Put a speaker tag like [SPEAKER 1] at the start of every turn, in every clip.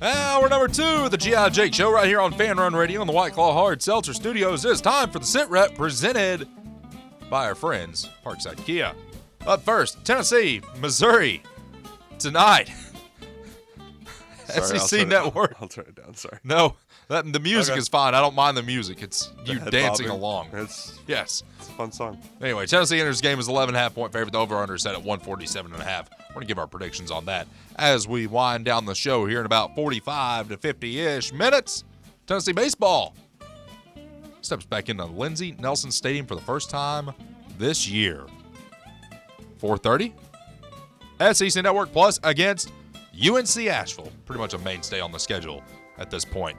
[SPEAKER 1] number two, the G.I. Jake Show, right here on Fan Run Radio in the White Claw Hard Seltzer Studios. It's time for the Sit Rep presented by our friends, Parkside Kia. Up first, Tennessee, Missouri, tonight.
[SPEAKER 2] Sorry, I'll
[SPEAKER 1] SEC
[SPEAKER 2] turn it-
[SPEAKER 1] Network.
[SPEAKER 2] I'll turn it down. Sorry.
[SPEAKER 1] No, that, the music
[SPEAKER 2] Okay.
[SPEAKER 1] is fine. I don't mind the music. It's you
[SPEAKER 2] Head
[SPEAKER 1] dancing
[SPEAKER 2] bobbing.
[SPEAKER 1] along.
[SPEAKER 2] It's,
[SPEAKER 1] Yes.
[SPEAKER 2] it's a fun song.
[SPEAKER 1] Anyway, Tennessee enters the game as 11 half point favorite. The over under is set at 147 and a half. We're going to give our predictions on that as we wind down the show here in about 45 to 50 ish minutes. Tennessee baseball steps back into Lindsey Nelson Stadium for the first time this year. 4:30 SEC E Network Plus against UNC Asheville. Pretty much a mainstay on the schedule at this point.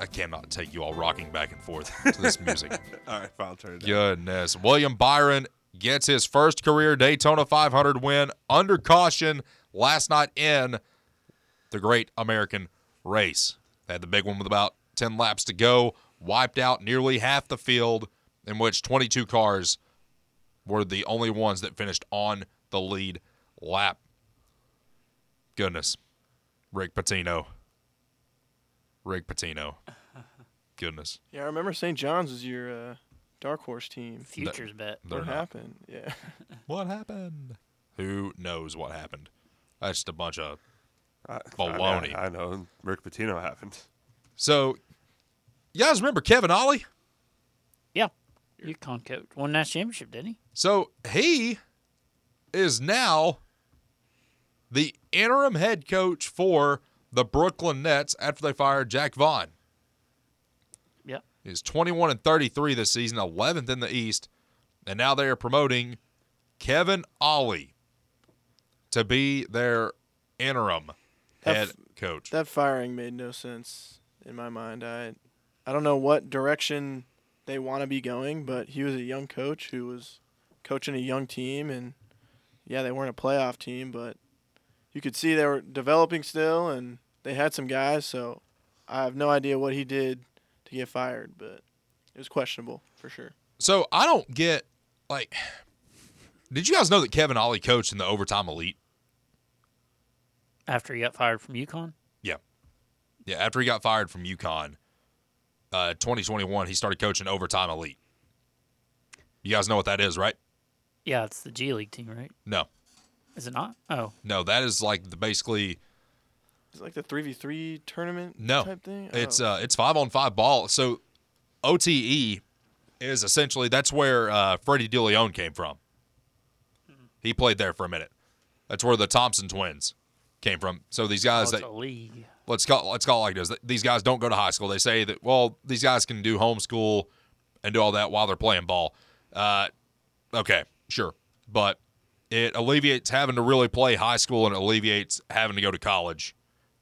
[SPEAKER 1] I cannot take you all rocking back and forth to this music.
[SPEAKER 2] All right, fine, I'll turn it down.
[SPEAKER 1] Goodness. William Byron gets his first career Daytona 500 win under caution last night in the Great American Race. They had the big one with about 10 laps to go, wiped out nearly half the field, in which 22 cars were the only ones that finished on the lead lap. Goodness. Rick Patino. Rick Patino. Goodness.
[SPEAKER 3] Yeah, I remember St. John's was your uh, dark horse team.
[SPEAKER 4] Futures bet.
[SPEAKER 1] They're
[SPEAKER 3] What
[SPEAKER 1] not.
[SPEAKER 3] happened? Yeah.
[SPEAKER 1] What happened? Who knows what happened? That's just a bunch of
[SPEAKER 2] Uh, I-
[SPEAKER 1] Baloney.
[SPEAKER 2] I, I know. Rick Pitino happened.
[SPEAKER 1] so. You guys remember Kevin Ollie?
[SPEAKER 4] Yeah. UConn coach won that championship, didn't he?
[SPEAKER 1] So he is now the interim head coach for the Brooklyn Nets after they fired Jack Vaughn.
[SPEAKER 4] Yep.
[SPEAKER 1] He's 21 and 33 this season, 11th in the East, and now they are promoting Kevin Ollie to be their interim
[SPEAKER 3] That
[SPEAKER 1] head
[SPEAKER 3] f-
[SPEAKER 1] coach.
[SPEAKER 3] That firing made no sense in my mind. I I don't know what direction they want to be going, but he was a young coach who was coaching a young team and yeah, they weren't a playoff team, but you could see they were developing still and they had some guys, so I have no idea what he did to get fired, but it was questionable for sure.
[SPEAKER 1] So I don't get like. Did you guys know that Kevin Ollie coached in the overtime elite?
[SPEAKER 4] After he got fired from UConn.
[SPEAKER 1] Yeah, yeah. After he got fired from UConn, uh, 2021, he started coaching overtime elite. You guys know what that is, right?
[SPEAKER 4] Yeah, it's the G League team, right?
[SPEAKER 1] No,
[SPEAKER 4] Is it not? Oh,
[SPEAKER 1] no. That is like the basically
[SPEAKER 3] It's like the 3v3 tournament
[SPEAKER 1] no.
[SPEAKER 3] type thing.
[SPEAKER 1] It's
[SPEAKER 3] Oh.
[SPEAKER 1] uh, it's five on five ball. So OTE is essentially that's where uh, Freddie DeLeon came from. He played there for a minute. That's where the Thompson twins came from. So these
[SPEAKER 4] oh,
[SPEAKER 1] guys
[SPEAKER 4] it's
[SPEAKER 1] that
[SPEAKER 4] a league.
[SPEAKER 1] let's call let's call it like this. These guys don't go to high school. They say that well, these guys can do homeschool and do all that while they're playing ball. Uh, okay, sure, but it alleviates having to really play high school and it alleviates having to go to college.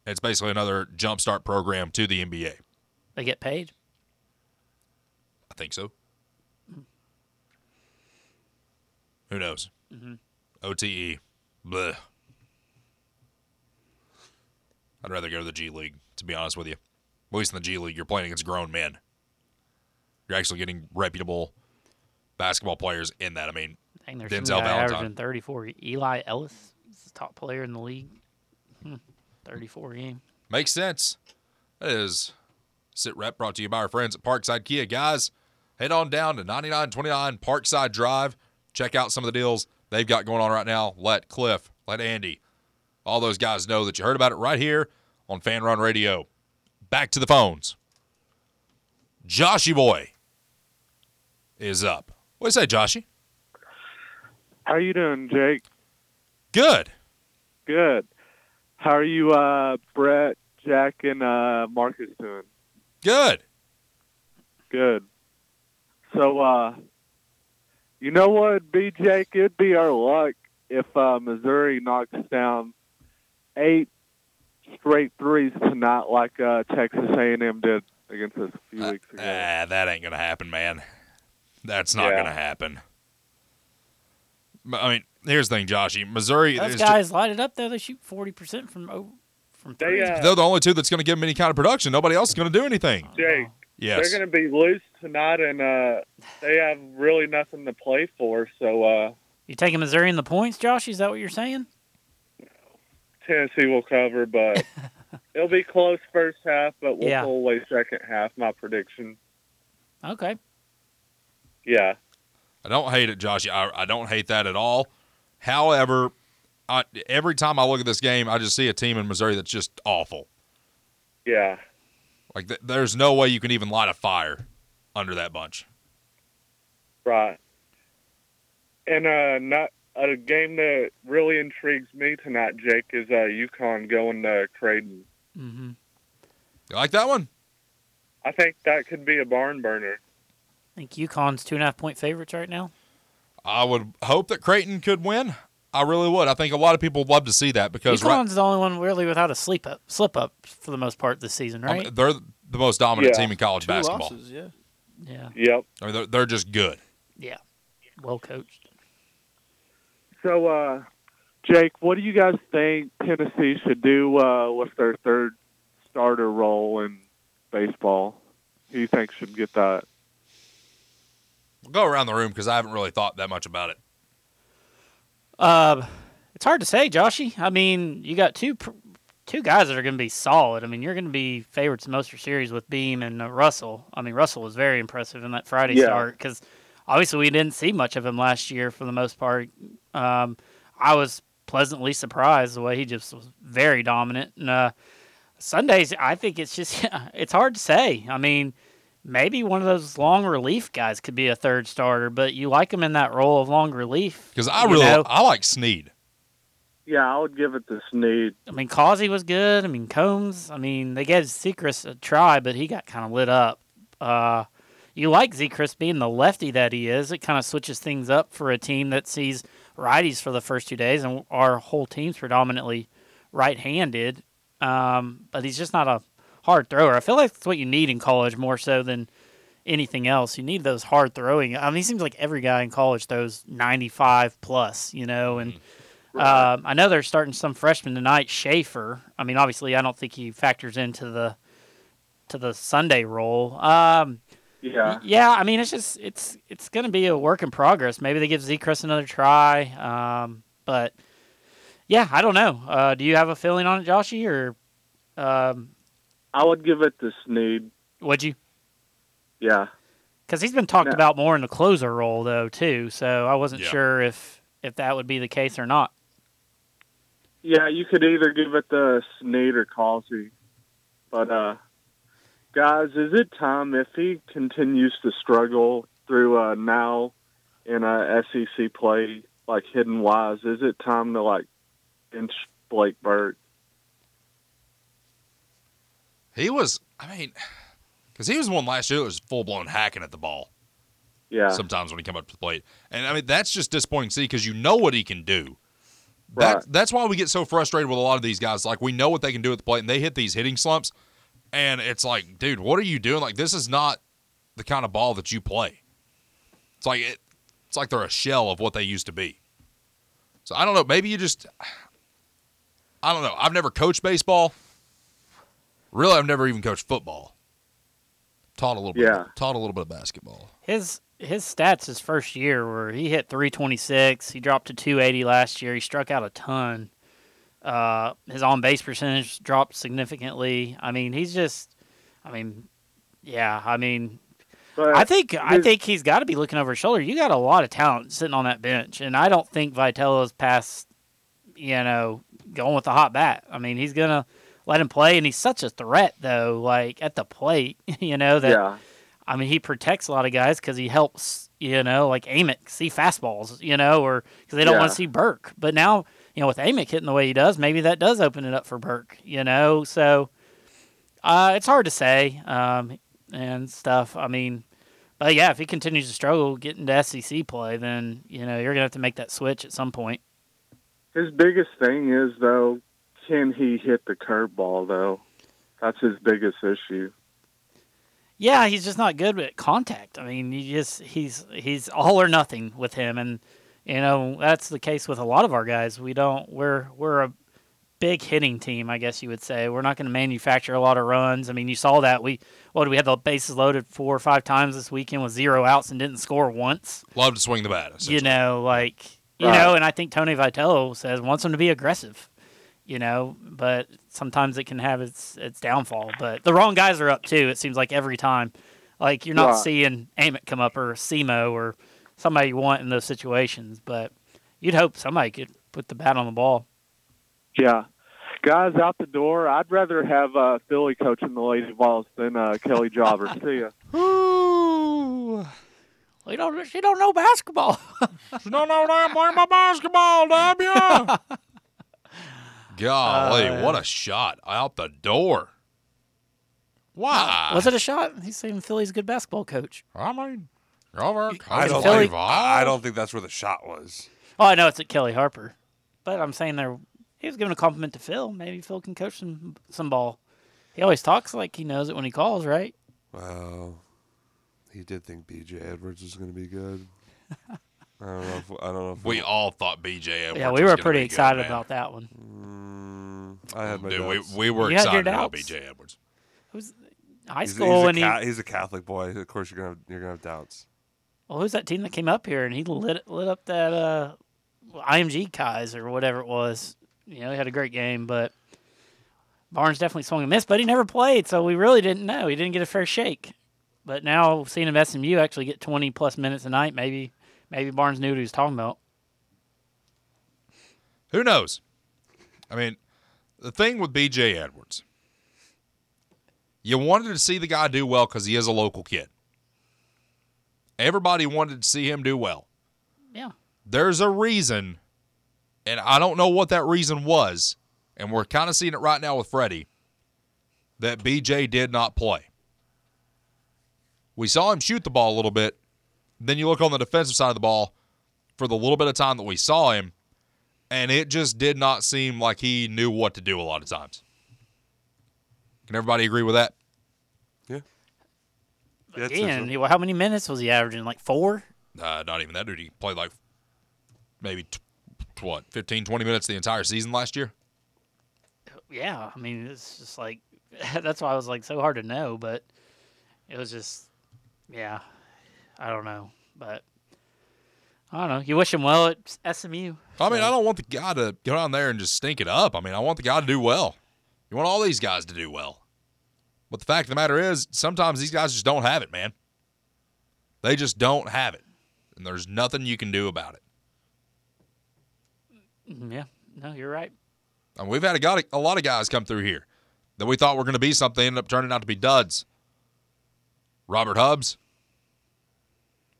[SPEAKER 1] It's basically another jumpstart program to the NBA.
[SPEAKER 4] They get paid.
[SPEAKER 1] I think so. Who knows? OTE. Bleh. I'd rather go to the G League, to be honest with you. At least in the G League, you're playing against grown men. You're actually getting reputable basketball players in that. I mean,
[SPEAKER 4] Dang, there's
[SPEAKER 1] Denzel
[SPEAKER 4] some guy
[SPEAKER 1] Valentine.
[SPEAKER 4] averaging 34. Eli Ellis is the top player in the league. Hmm, 34 a game.
[SPEAKER 1] Makes sense. That is Sit Rep brought to you by our friends at Parkside Kia. Guys, head on down to 9929 Parkside Drive. Check out some of the deals they've got going on right now. Let Cliff, let Andy, all those guys know that you heard about it right here on Fan Run Radio. Back to the phones. Joshy Boy is up. What do you say, Joshy?
[SPEAKER 5] How you doing, Jake?
[SPEAKER 1] Good.
[SPEAKER 5] Good. How are you, uh, Brett, Jack, and uh, Marcus doing?
[SPEAKER 1] Good.
[SPEAKER 5] Good. So, uh, you know what, would be Jake? It'd be our luck if uh, Missouri knocks down eight straight threes tonight, like uh, Texas A&M did against us a few weeks ago.
[SPEAKER 1] Ah, that ain't gonna happen, man. That's not
[SPEAKER 5] Yeah.
[SPEAKER 1] gonna happen. M- I mean, here's the thing, Joshy. Missouri,
[SPEAKER 4] Those
[SPEAKER 1] is ju-
[SPEAKER 4] guys light it up though. They shoot 40% from over, from
[SPEAKER 5] They,
[SPEAKER 4] three.
[SPEAKER 5] uh,
[SPEAKER 1] they're the only two that's gonna give them any kind of production. Nobody else is gonna do anything.
[SPEAKER 5] Jake,
[SPEAKER 1] Yes,
[SPEAKER 5] they're going to be loose tonight, and uh, they have really nothing to play for. So uh,
[SPEAKER 4] You taking Missouri in the points, Josh? Is that what you're saying?
[SPEAKER 5] Tennessee will cover, but It'll be close first half, but we'll
[SPEAKER 4] Yeah.
[SPEAKER 5] pull away second half. My prediction.
[SPEAKER 4] Okay.
[SPEAKER 5] Yeah.
[SPEAKER 1] I don't hate it, Josh. I, I don't hate that at all. However, I, every time I look at this game, I just see a team in Missouri that's just awful.
[SPEAKER 5] Yeah.
[SPEAKER 1] Like, th- there's no way you can even light a fire under that bunch.
[SPEAKER 5] Right. And uh, not a game that really intrigues me tonight, Jake, is uh, UConn going to Creighton.
[SPEAKER 4] Mm-hmm.
[SPEAKER 1] You like that one?
[SPEAKER 5] I think that could be a barn burner.
[SPEAKER 4] I think UConn's two and a half point favorites right now.
[SPEAKER 1] I would hope that Creighton could win. I really would. I think a lot of people would love to see that because
[SPEAKER 4] UConn's the only one really without a sleep up, slip up for the most part this season,
[SPEAKER 1] I
[SPEAKER 4] right?
[SPEAKER 1] mean, they're the most dominant
[SPEAKER 5] Yeah.
[SPEAKER 1] team in college
[SPEAKER 3] Two
[SPEAKER 1] basketball.
[SPEAKER 3] losses, yeah.
[SPEAKER 4] yeah,
[SPEAKER 5] Yep.
[SPEAKER 1] I mean, they're, they're just good.
[SPEAKER 4] yeah, well coached.
[SPEAKER 5] So, uh, Jake, what do you guys think Tennessee should do uh, with their third starter role in baseball? Who do you think should get that?
[SPEAKER 1] We'll go around the room because I haven't really thought that much about it.
[SPEAKER 4] Uh, it's hard to say, Joshy. I mean, you got two pr- two guys that are going to be solid. I mean, you're going to be favorites in most of your series with Beam and uh, Russell. I mean, Russell was very impressive in that Friday
[SPEAKER 5] Yeah.
[SPEAKER 4] start because obviously we didn't see much of him last year for the most part. Um, I was pleasantly surprised the way he just was very dominant. And uh, Sundays, I think it's just it's hard to say. I mean, maybe one of those long relief guys could be a third starter, but you like him in that role of long relief
[SPEAKER 1] Because I
[SPEAKER 4] you
[SPEAKER 1] really
[SPEAKER 4] know?
[SPEAKER 1] I like Sneed.
[SPEAKER 5] Yeah, I would give it to Snead.
[SPEAKER 4] I mean, Causey was good. I mean, Combs. I mean, they gave Zekris a try, but he got kind of lit up. Uh, you like Zekris being the lefty that he is. It kind of switches things up for a team that sees righties for the first two days, and our whole team's predominantly right-handed. Um, but he's just not a hard thrower. I feel like that's what you need in college more so than anything else. You need those hard throwing. I mean, it seems like every guy in college throws 95 plus, you know, and um, I know they're starting some freshman tonight, Schaefer. I mean, obviously, I don't think he factors into the to the Sunday role. Um,
[SPEAKER 5] Yeah.
[SPEAKER 4] yeah, I mean, it's just it's it's going to be a work in progress. Maybe they give Zekris another try, um, but yeah, I don't know. Uh, do you have a feeling on it, Joshy, or um,
[SPEAKER 5] I would give it to Snead.
[SPEAKER 4] would you?
[SPEAKER 5] Yeah.
[SPEAKER 4] Because he's been talked
[SPEAKER 5] No.
[SPEAKER 4] about more in the closer role though too, so I wasn't
[SPEAKER 1] Yeah.
[SPEAKER 4] sure if if that would be the case or not.
[SPEAKER 5] Yeah, you could either give it to Snead or Causey. But uh guys, is it time if he continues to struggle through uh now in uh SEC play like hidden wise, is it time to like inch Blake Burt?
[SPEAKER 1] He was, I mean, because he was one last year that was full blown hacking at the ball
[SPEAKER 5] Yeah.
[SPEAKER 1] sometimes when he come up to the plate, and I mean that's just disappointing to see because you know what he can do.
[SPEAKER 5] Right.
[SPEAKER 1] That, that's why we get so frustrated with a lot of these guys. Like we know what they can do at the plate, and they hit these hitting slumps, and it's like, dude, what are you doing? Like this is not the kind of ball that you play. It's like it, it's like they're a shell of what they used to be. So I don't know. Maybe you just, I don't know. I've never coached baseball. Really, I've never even coached football. Taught a little bit.
[SPEAKER 5] Yeah.
[SPEAKER 1] Taught a little bit of basketball.
[SPEAKER 4] His his stats his first year were he hit 326, he dropped to 280 last year, he struck out a ton. Uh, his on base percentage dropped significantly. I mean, he's just, I mean, yeah, I mean,
[SPEAKER 5] But
[SPEAKER 4] I think I
[SPEAKER 5] his-
[SPEAKER 4] think he's got to be looking over his shoulder. You got a lot of talent sitting on that bench, and I don't think Vitello's past, you know, going with the hot bat. I mean, he's gonna let him play, and he's such a threat though, like at the plate, you know that.
[SPEAKER 5] yeah.
[SPEAKER 4] I mean, he protects a lot of guys because he helps, you know, like Amick see fastballs, you know, or because they don't want
[SPEAKER 5] Yeah.
[SPEAKER 4] to see Burke. But now, you know, with Amick hitting the way he does, maybe that does open it up for Burke, you know. So uh, it's hard to say um, and stuff. I mean, but yeah, if he continues to struggle getting to SEC play, then, you know, you're going to have to make that switch at some point.
[SPEAKER 5] His biggest thing is though, can he hit the curveball though? That's his biggest issue.
[SPEAKER 4] Yeah, he's just not good at contact. I mean, you just he's he's all or nothing with him, and you know that's the case with a lot of our guys. We don't we're we're a big hitting team, I guess you would say. We're not going to manufacture a lot of runs. I mean, you saw that we what we had the bases loaded four or five times this weekend with zero outs and didn't score once.
[SPEAKER 1] Love to swing the bat.
[SPEAKER 4] You know, like you
[SPEAKER 5] Right.
[SPEAKER 4] know, and I think Tony Vitello says wants him to be aggressive. you know, but sometimes it can have its its downfall. But the wrong guys are up too. It seems like every time, like you're not
[SPEAKER 5] Right.
[SPEAKER 4] seeing Amit come up or Semo or somebody you want in those situations. But you'd hope somebody could put the bat on the ball.
[SPEAKER 5] Yeah. Guys out the door. I'd rather have uh, Philly coaching the Lady Vols than uh, Kelly Jobber. See ya.
[SPEAKER 1] Ooh.
[SPEAKER 4] She don't she don't know basketball.
[SPEAKER 1] No, no, no, playing my basketball, W. Golly,
[SPEAKER 4] Uh,
[SPEAKER 1] what a shot out the door. Why?
[SPEAKER 4] Was it a shot? He's saying Philly's a good basketball coach.
[SPEAKER 1] I mean, over
[SPEAKER 2] I don't,
[SPEAKER 4] Philly-
[SPEAKER 2] think, I I don't think that's where the shot was.
[SPEAKER 4] Oh, I know it's at Kelly Harper, but I'm saying there he was giving a compliment to Phil. Maybe Phil can coach some some ball. He always talks like he knows it when he calls, right?
[SPEAKER 2] Well, he did think B.J. Edwards was going to be good. I don't know. If, I don't know. If
[SPEAKER 1] We all thought BJ. Edwards
[SPEAKER 4] yeah,
[SPEAKER 1] was
[SPEAKER 4] we were
[SPEAKER 1] gonna
[SPEAKER 4] pretty
[SPEAKER 1] be good,
[SPEAKER 4] excited
[SPEAKER 1] man.
[SPEAKER 4] about that one.
[SPEAKER 2] Mm, I had my
[SPEAKER 1] Dude,
[SPEAKER 2] doubts.
[SPEAKER 1] we, we were
[SPEAKER 4] You had your
[SPEAKER 1] excited about
[SPEAKER 4] doubts?
[SPEAKER 1] BJ Edwards.
[SPEAKER 4] High
[SPEAKER 2] He's a-
[SPEAKER 4] school
[SPEAKER 2] he's, a
[SPEAKER 4] when he
[SPEAKER 2] ca- he's a Catholic boy. Of course, you're gonna have, you're gonna have doubts.
[SPEAKER 4] well, Oh, who's that team that came up here and he lit lit up that uh, IMG guys or whatever it was. You know, he had a great game, but Barnes definitely swung and missed, but he never played, so we really didn't know. He didn't get a fair shake. But now seeing him SMU actually get twenty plus minutes a night, maybe maybe Barnes knew what he was talking about.
[SPEAKER 1] Who knows? I mean, the thing with BJ Edwards, you wanted to see the guy do well because he is a local kid. Everybody wanted to see him do well.
[SPEAKER 4] Yeah.
[SPEAKER 1] There's a reason, and I don't know what that reason was, and we're kind of seeing it right now with Freddie, that BJ did not play. We saw him shoot the ball a little bit. Then you look on the defensive side of the ball for the little bit of time that we saw him, and it just did not seem like he knew what to do a lot of times. Can everybody agree with that?
[SPEAKER 2] Yeah, it's
[SPEAKER 4] Again,
[SPEAKER 2] central.
[SPEAKER 4] he- well, how many minutes was he averaging? Like four?
[SPEAKER 1] Uh, not even that dude. He played like maybe, t- what, 15, 20 minutes the entire season last year?
[SPEAKER 4] Yeah. I mean, it's just like that's why I was like so hard to know, but it was just yeah. I don't know, but I don't know. You wish him well at SMU.
[SPEAKER 1] I mean, I don't want the guy to go down there and just stink it up. I mean, I want the guy to do well. You want all these guys to do well. But the fact of the matter is, sometimes these guys just don't have it, man. They just don't have it. And there's nothing you can do about it.
[SPEAKER 4] Mm, Yeah. No, you're right.
[SPEAKER 1] And we've had a, got a, a lot of guys come through here that we thought were going to be something, ended up turning out to be duds. Robert Hubbs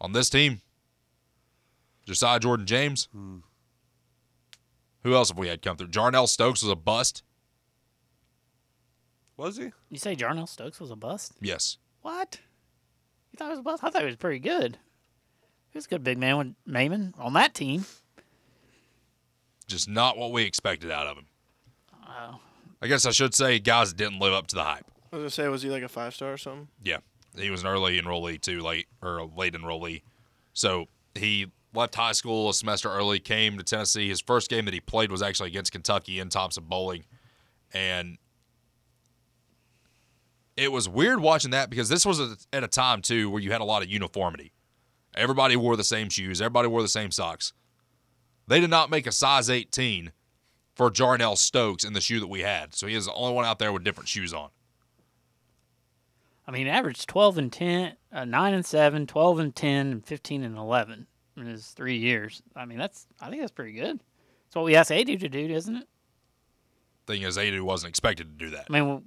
[SPEAKER 1] on this team, Josiah Jordan James. Who else have we had come through? Jarnell Stokes was a bust.
[SPEAKER 2] was he?
[SPEAKER 4] You say Jarnell Stokes was a bust?
[SPEAKER 1] Yes.
[SPEAKER 4] What? You thought he was a bust? I thought he was pretty good. He was a good big man with Maimon on that team.
[SPEAKER 1] Just not what we expected out of him.
[SPEAKER 4] Oh.
[SPEAKER 1] I guess I should say guys that didn't live up to the hype.
[SPEAKER 3] I was gonna say, was he like a five star or something?
[SPEAKER 1] Yeah. He was an early enrollee too, late or a late enrollee. So he left high school a semester early, came to Tennessee. His first game that he played was actually against Kentucky in Thompson Bowling. And it was weird watching that because this was a, at a time too where you had a lot of uniformity. Everybody wore the same shoes, everybody wore the same socks. They did not make a size 18 for Jarnell Stokes in the shoe that we had. So he is the only one out there with different shoes on.
[SPEAKER 4] I mean, averaged 12 and 10, uh, 9 and 7, 12 and 10, and 15 and 11 in his three years. I mean, that's I think that's pretty good. It's what we asked Adu to do, isn't it?
[SPEAKER 1] Thing is, Adu wasn't expected to do that.
[SPEAKER 4] I mean,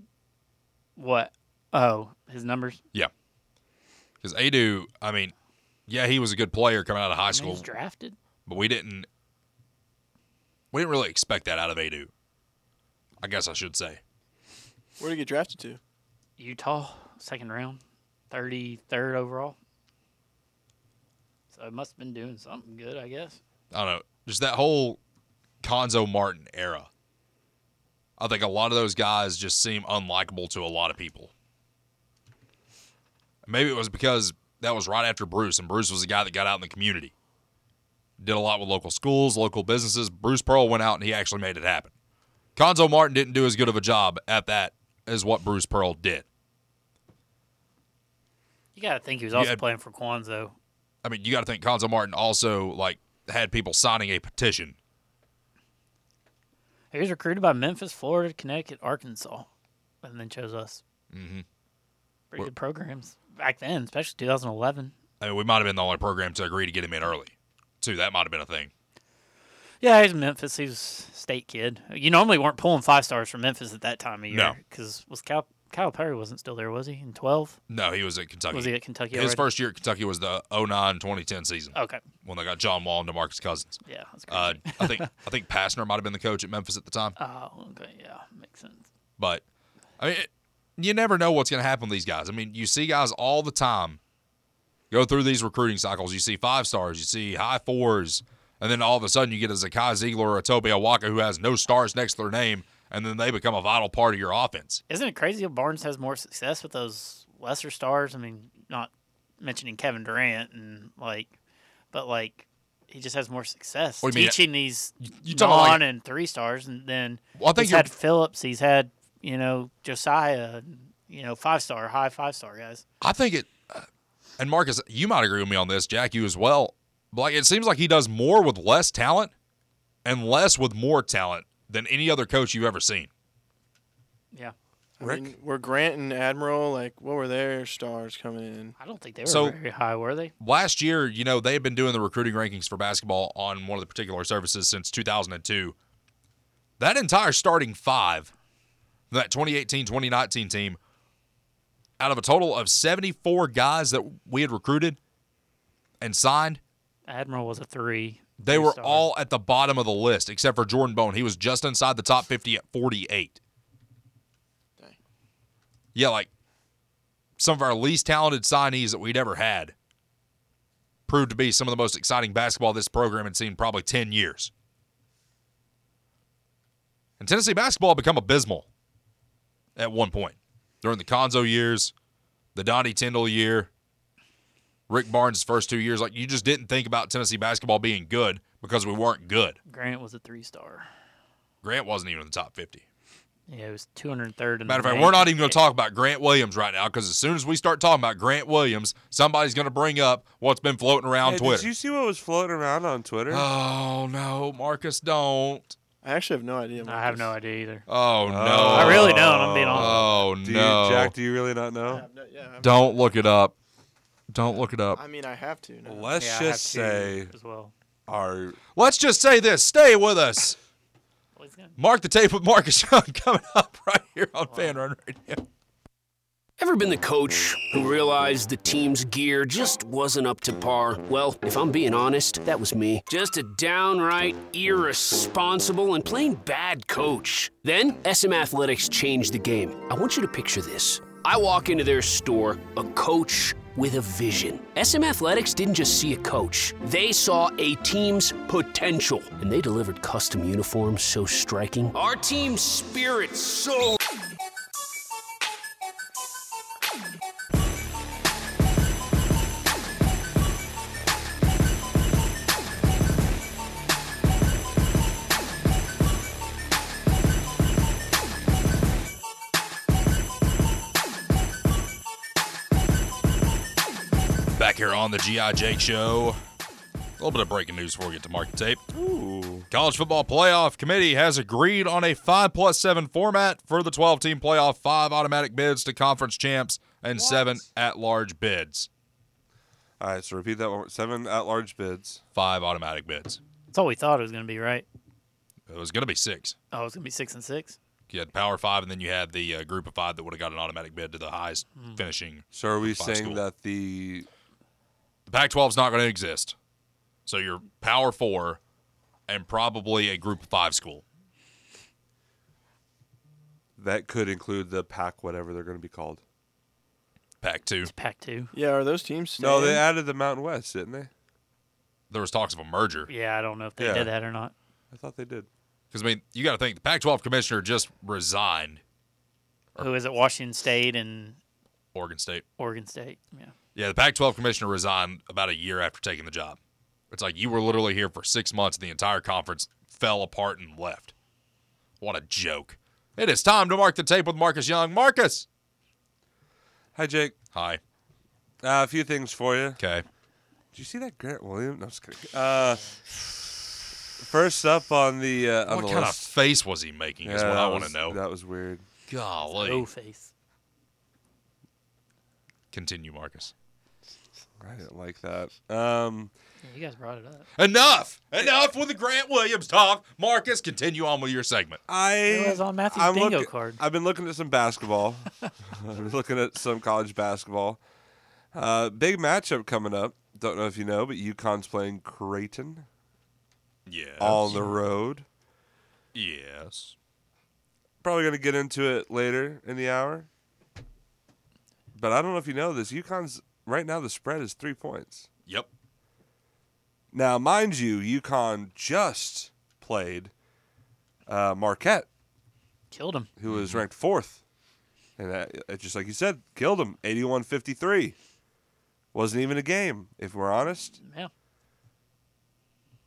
[SPEAKER 4] wh- what? Oh, his numbers.
[SPEAKER 1] Because Adu, I mean, yeah, he was a good player coming out of high
[SPEAKER 4] I mean,
[SPEAKER 1] school,
[SPEAKER 4] he's drafted.
[SPEAKER 1] but we didn't we didn't really expect that out of Adu. I guess I should say.
[SPEAKER 3] Where did he get drafted to?
[SPEAKER 4] Utah, second round, 33rd overall. So it must have been doing something good, I guess.
[SPEAKER 1] I don't know, just that whole Conzo Martin era. I think a lot of those guys just seem unlikable to a lot of people. Maybe it was because that was right after Bruce, and Bruce was a guy that got out in the community, did a lot with local schools, local businesses. Bruce Pearl went out and he actually made it happen. Conzo Martin didn't do as good of a job at that as what Bruce Pearl did.
[SPEAKER 4] You got to think he was also
[SPEAKER 1] Yeah.
[SPEAKER 4] playing for Kwanzo.
[SPEAKER 1] I mean, you got to think Conzo Martin also like had people signing a petition
[SPEAKER 4] He was recruited by Memphis, Florida, Connecticut, Arkansas, and then chose us.
[SPEAKER 1] hmm
[SPEAKER 4] Pretty
[SPEAKER 1] We're-
[SPEAKER 4] good programs back then, especially 2011.
[SPEAKER 1] I mean, we might have been the only program to agree to get him in early, too. That might have been a thing.
[SPEAKER 4] Yeah, he's Memphis. He was a state kid. You normally weren't pulling five stars from Memphis at that time of year.
[SPEAKER 1] No.
[SPEAKER 4] because was Cal Kyle Perry wasn't still there, was he? In 12,
[SPEAKER 1] No, he was at Kentucky.
[SPEAKER 4] was he at Kentucky?
[SPEAKER 1] His
[SPEAKER 4] already?
[SPEAKER 1] first year at Kentucky was the 09-2010 season
[SPEAKER 4] Okay,
[SPEAKER 1] when they got John Wall and DeMarcus Cousins.
[SPEAKER 4] yeah, that's
[SPEAKER 1] Uh,
[SPEAKER 4] crazy.
[SPEAKER 1] I think I think Passner might have been the coach at Memphis at the time,
[SPEAKER 4] oh, okay, yeah, makes sense.
[SPEAKER 1] but I mean, it, you never know what's going to happen with these guys. I mean, you see guys all the time go through these recruiting cycles. You see five stars, you see high fours, and then all of a sudden you get a Zakai Ziegler or a Toby Awaka who has no stars next to their name, and then they become a vital part of your offense.
[SPEAKER 4] Isn't it crazy how Barnes has more success with those lesser stars? I mean, not mentioning Kevin Durant and like, but like he just has more success
[SPEAKER 1] What do you mean?
[SPEAKER 4] teaching these
[SPEAKER 1] you talking about, like-
[SPEAKER 4] non and three stars, and then
[SPEAKER 1] Well, I think
[SPEAKER 4] he's
[SPEAKER 1] you're-
[SPEAKER 4] had Phillips, he's had you know Josiah, and, you know five star, high five star guys.
[SPEAKER 1] I think it, uh, and Marcus, you might agree with me on this, Jack, you as well. But like, it seems like he does more with less talent and less with more talent than any other coach you've ever seen.
[SPEAKER 4] Yeah,
[SPEAKER 3] I
[SPEAKER 1] Rick?
[SPEAKER 3] mean, were Grant and Admiral like what were their stars coming in?
[SPEAKER 4] I don't think they were
[SPEAKER 1] So-
[SPEAKER 4] very high, were they?
[SPEAKER 1] Last year, you know, they had been doing the recruiting rankings for basketball on one of the particular services since 2002. That entire starting five, that 2018 2019 team, out of a total of 74 guys that we had recruited and signed,
[SPEAKER 4] Admiral was a three.
[SPEAKER 1] They
[SPEAKER 4] three
[SPEAKER 1] were
[SPEAKER 4] star.
[SPEAKER 1] all at the bottom of the list except for Jordan Bone. He was just inside the top 50 at 48.
[SPEAKER 3] Dang.
[SPEAKER 1] Yeah, like some of our least talented signees that we'd ever had proved to be some of the most exciting basketball this program had seen in probably 10 years. And Tennessee basketball had become abysmal at one point during the Conzo years, the Donnie Tyndall year, Rick Barnes' first two years. Like you just didn't think about Tennessee basketball being good because we weren't good.
[SPEAKER 4] Grant was a three star.
[SPEAKER 1] Grant wasn't even in the top 50.
[SPEAKER 4] Yeah, it was two hundred third.
[SPEAKER 1] Matter of fact, we're not even going to talk about Grant Williams right now because as soon as we start talking about Grant Williams, somebody's going to bring up what's been floating around
[SPEAKER 2] Hey,
[SPEAKER 1] Twitter.
[SPEAKER 2] Did you see what was floating around on Twitter?
[SPEAKER 1] Oh no, Marcus, don't.
[SPEAKER 3] I actually have no idea.
[SPEAKER 4] I have no
[SPEAKER 3] Marcus.
[SPEAKER 4] idea either.
[SPEAKER 1] Oh no.
[SPEAKER 4] I really don't, I'm being honest.
[SPEAKER 1] Oh
[SPEAKER 2] Do you,
[SPEAKER 1] no.
[SPEAKER 2] Jack, do you really not
[SPEAKER 3] I
[SPEAKER 2] know?
[SPEAKER 4] Uh,
[SPEAKER 3] have no- yeah, I'm-
[SPEAKER 1] don't look it up. Don't look it up.
[SPEAKER 3] I mean, I have to. Now.
[SPEAKER 2] Let's
[SPEAKER 4] Yeah, I have
[SPEAKER 2] just say
[SPEAKER 4] two as well.
[SPEAKER 2] our
[SPEAKER 1] Let's just say this. Stay with us.
[SPEAKER 4] Well, he's gonna-
[SPEAKER 1] Mark the tape with Marcus Young coming up right here on Fan Run Radio.
[SPEAKER 6] Ever been the coach who realized the team's gear just wasn't up to par? Well, if I'm being honest, that was me. Just a downright irresponsible and plain bad coach. Then SM Athletics changed the game. I want you to picture this. I walk into their store, a coach with a vision. SM Athletics didn't just see a coach, they saw a team's potential. And they delivered custom uniforms so striking. Our team's spirit so
[SPEAKER 1] Back here on the G.I. Jake Show. A little bit of breaking news before we get to Mark the tape.
[SPEAKER 2] ooh.
[SPEAKER 1] College Football Playoff Committee has agreed on a 5 plus 7 format for the 12 team playoff, five automatic bids to conference champs, and seven at large bids.
[SPEAKER 2] All right, so repeat that one. Seven at-large bids.
[SPEAKER 1] Five automatic bids.
[SPEAKER 4] That's all we thought it was going to be, right?
[SPEAKER 1] It was going to be six.
[SPEAKER 4] Oh, it's going to be six and six.
[SPEAKER 1] You had Power Five, and then you had the uh, group of five that would have got an automatic bid to the highest finishing.
[SPEAKER 2] So are we
[SPEAKER 1] Five
[SPEAKER 2] saying
[SPEAKER 1] school.
[SPEAKER 2] that the
[SPEAKER 1] The Pac 12 is not going to exist. So you're Power Four and probably a group of five school.
[SPEAKER 2] that could include the pack, whatever they're going to be called?
[SPEAKER 1] Pac 2.
[SPEAKER 4] It's pack two.
[SPEAKER 3] Yeah, are those teams? Staying?
[SPEAKER 2] No, they added the Mountain West, didn't they?
[SPEAKER 1] There was talks of a merger.
[SPEAKER 4] Yeah, I don't know if they
[SPEAKER 2] Yeah.
[SPEAKER 4] did that or not.
[SPEAKER 2] I thought they did.
[SPEAKER 1] Because I mean, you got to think the Pac-12 commissioner just resigned.
[SPEAKER 4] Who is it? Washington State and
[SPEAKER 1] Oregon State.
[SPEAKER 4] Oregon State. Yeah.
[SPEAKER 1] Yeah, the Pac-12 commissioner resigned about a year after taking the job. It's like you were literally here for six months, and the entire conference fell apart and left. What a joke! It is time to mark the tape with Marcus Young. Marcus,
[SPEAKER 2] Hi, Jake.
[SPEAKER 1] hi.
[SPEAKER 2] Uh, a few things for you.
[SPEAKER 1] Okay,
[SPEAKER 2] Did you see that Grant Williams? No, I'm just kidding. Uh, First up on the uh, on
[SPEAKER 1] What
[SPEAKER 2] the
[SPEAKER 1] kind of
[SPEAKER 2] list.
[SPEAKER 1] face was he making? is
[SPEAKER 2] Yeah,
[SPEAKER 1] what
[SPEAKER 2] that
[SPEAKER 1] I want to
[SPEAKER 2] was-
[SPEAKER 1] know.
[SPEAKER 2] That was weird.
[SPEAKER 1] Golly.
[SPEAKER 4] Oh, face.
[SPEAKER 1] Continue, Marcus.
[SPEAKER 2] I didn't like that. Um,
[SPEAKER 4] Yeah, you guys brought it up.
[SPEAKER 1] Enough! Enough with the Grant Williams talk. Marcus, continue on with your segment.
[SPEAKER 2] I
[SPEAKER 4] It was on Matthew's
[SPEAKER 2] I'm
[SPEAKER 4] bingo
[SPEAKER 2] look-
[SPEAKER 4] card.
[SPEAKER 2] I've been looking at some basketball. I've been looking at some college basketball. Uh, big matchup coming up. Don't know if you know, but UConn's playing Creighton
[SPEAKER 1] Yes.
[SPEAKER 2] on the road.
[SPEAKER 1] yes.
[SPEAKER 2] Probably going to get into it later in the hour. But I don't know if you know this. UConn's right now the spread is three points.
[SPEAKER 1] Yep.
[SPEAKER 2] Now, mind you, UConn just played uh, Marquette,
[SPEAKER 4] Killed him.
[SPEAKER 2] who was ranked fourth. And that, it just like you said, killed him 81 53. Wasn't even a game, if we're honest.
[SPEAKER 4] Yeah.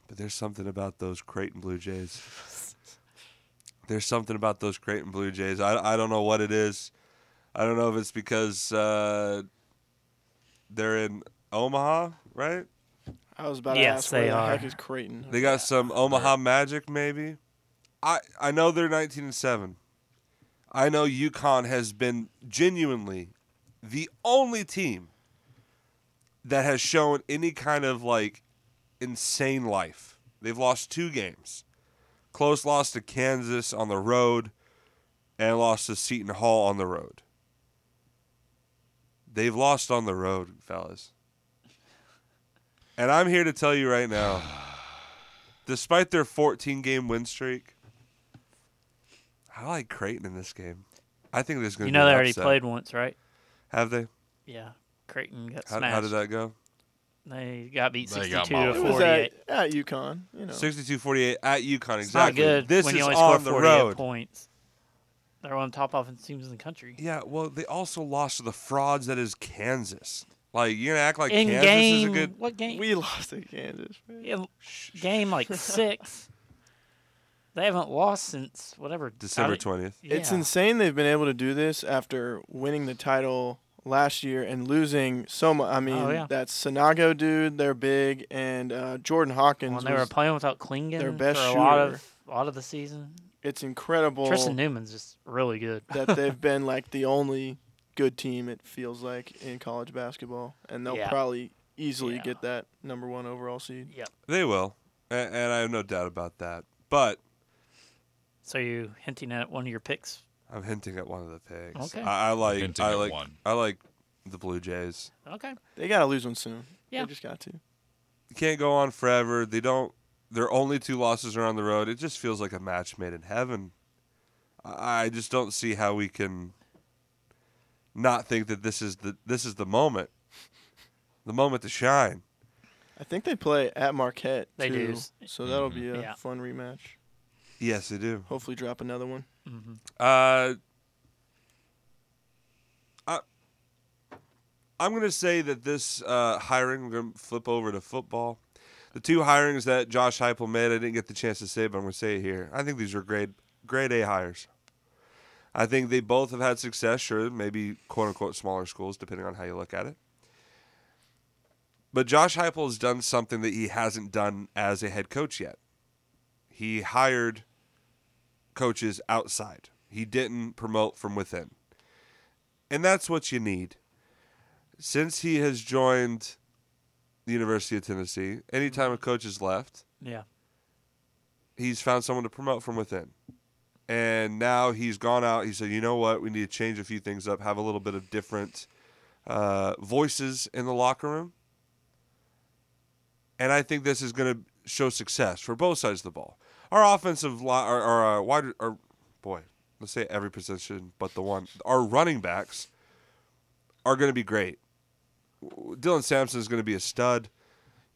[SPEAKER 2] But there's something about those Creighton Blue Jays. There's something about those Creighton Blue Jays. I, I don't know what it is. I don't know if it's because uh, they're in Omaha, right?
[SPEAKER 3] I was about to
[SPEAKER 4] Yes,
[SPEAKER 3] ask
[SPEAKER 4] they
[SPEAKER 3] where the heck
[SPEAKER 4] are.
[SPEAKER 3] is Creighton.
[SPEAKER 2] They got some Omaha Magic, maybe. I I know they're nineteen and seven. I know UConn has been genuinely the only team that has shown any kind of like insane life. They've lost two games, close loss to Kansas on the road, and lost to Seton Hall on the road. They've lost on the road, fellas. And I'm here to tell you right now despite their 14 game win streak, I like Creighton in this game. I think there's going
[SPEAKER 4] You
[SPEAKER 2] to
[SPEAKER 4] know
[SPEAKER 2] be
[SPEAKER 4] they
[SPEAKER 2] an
[SPEAKER 4] already
[SPEAKER 2] upset.
[SPEAKER 4] played once, right?
[SPEAKER 2] Have they?
[SPEAKER 4] Yeah. Creighton got
[SPEAKER 2] How,
[SPEAKER 4] smashed.
[SPEAKER 2] how did that go?
[SPEAKER 4] They got beat
[SPEAKER 1] They
[SPEAKER 4] 62
[SPEAKER 1] got
[SPEAKER 4] to
[SPEAKER 1] mauled.
[SPEAKER 3] It was
[SPEAKER 4] 48.
[SPEAKER 3] at, at UConn. You know,
[SPEAKER 2] 62-48 at UConn. Exactly.
[SPEAKER 4] It's not good
[SPEAKER 2] this
[SPEAKER 4] when
[SPEAKER 2] is
[SPEAKER 4] you only
[SPEAKER 2] on
[SPEAKER 4] score
[SPEAKER 2] the
[SPEAKER 4] 48
[SPEAKER 2] road.
[SPEAKER 4] points. They're one of the top offense teams in the country.
[SPEAKER 2] Yeah. Well, they also lost to the frauds that is Kansas. Like you're gonna act like
[SPEAKER 4] in
[SPEAKER 2] Kansas
[SPEAKER 4] game,
[SPEAKER 2] is a good.
[SPEAKER 4] what game?
[SPEAKER 3] we lost to Kansas. Man.
[SPEAKER 4] in game like six. They haven't lost since whatever
[SPEAKER 2] December
[SPEAKER 4] I don't-
[SPEAKER 2] twentieth.
[SPEAKER 3] It's
[SPEAKER 4] yeah.
[SPEAKER 3] insane they've been able to do this after winning the title last year and losing so much. I mean,
[SPEAKER 4] Oh, yeah.
[SPEAKER 3] that Sonago dude, they're big, and uh, Jordan Hawkins.
[SPEAKER 4] When they were
[SPEAKER 3] was-
[SPEAKER 4] playing without Klingon
[SPEAKER 3] their best
[SPEAKER 4] for a lot
[SPEAKER 3] shooter.
[SPEAKER 4] of lot of the season.
[SPEAKER 3] it's incredible
[SPEAKER 4] Tristan Newman's just really good.
[SPEAKER 3] that they've been like the only good team it feels like in college basketball, and they'll
[SPEAKER 4] Yeah.
[SPEAKER 3] probably easily
[SPEAKER 4] Yeah.
[SPEAKER 3] get that number one overall seed.
[SPEAKER 4] Yep.
[SPEAKER 2] They will, A- and, I have no doubt about that. But
[SPEAKER 4] So you hinting at one of your picks?
[SPEAKER 2] I'm hinting at one of the picks.
[SPEAKER 4] Okay.
[SPEAKER 2] I, I like.
[SPEAKER 1] Hinting
[SPEAKER 2] I
[SPEAKER 1] at
[SPEAKER 2] like.
[SPEAKER 1] one.
[SPEAKER 2] I like the Blue Jays.
[SPEAKER 4] Okay.
[SPEAKER 3] They gotta lose one soon.
[SPEAKER 4] Yeah.
[SPEAKER 3] They just got to.
[SPEAKER 2] you can't go on forever. They don't. Their only two losses are on the road. It just feels like a match made in heaven. I I just don't see how we can not think that this is the this is the moment, the moment to shine.
[SPEAKER 3] I think they play at Marquette.
[SPEAKER 4] They
[SPEAKER 3] too,
[SPEAKER 4] do. S-
[SPEAKER 3] So that'll be a
[SPEAKER 4] Yeah.
[SPEAKER 3] fun rematch.
[SPEAKER 2] Yes, they do.
[SPEAKER 3] Hopefully, drop another one.
[SPEAKER 2] Uh, I, I'm going to say that this uh, hiring, we're going to flip over to football. The two hirings that Josh Heupel made, I didn't get the chance to say, but I'm going to say it here. I think these are grade grade A hires. I think they both have had success, sure, maybe quote unquote smaller schools, depending on how you look at it. But Josh Heupel has done something that he hasn't done as a head coach yet. He hired coaches outside. He didn't promote from within. And that's what you need. Since he has joined the University of Tennessee, anytime a coach has left,
[SPEAKER 4] Yeah.
[SPEAKER 2] he's found someone to promote from within. And now he's gone out. He said, you know what? We need to change a few things up, have a little bit of different uh, voices in the locker room. And I think this is going to show success for both sides of the ball. Our offensive line, our, our uh, wide, our, boy, let's say every position but the one. Our running backs are going to be great. W- Dylan Sampson is going to be a stud.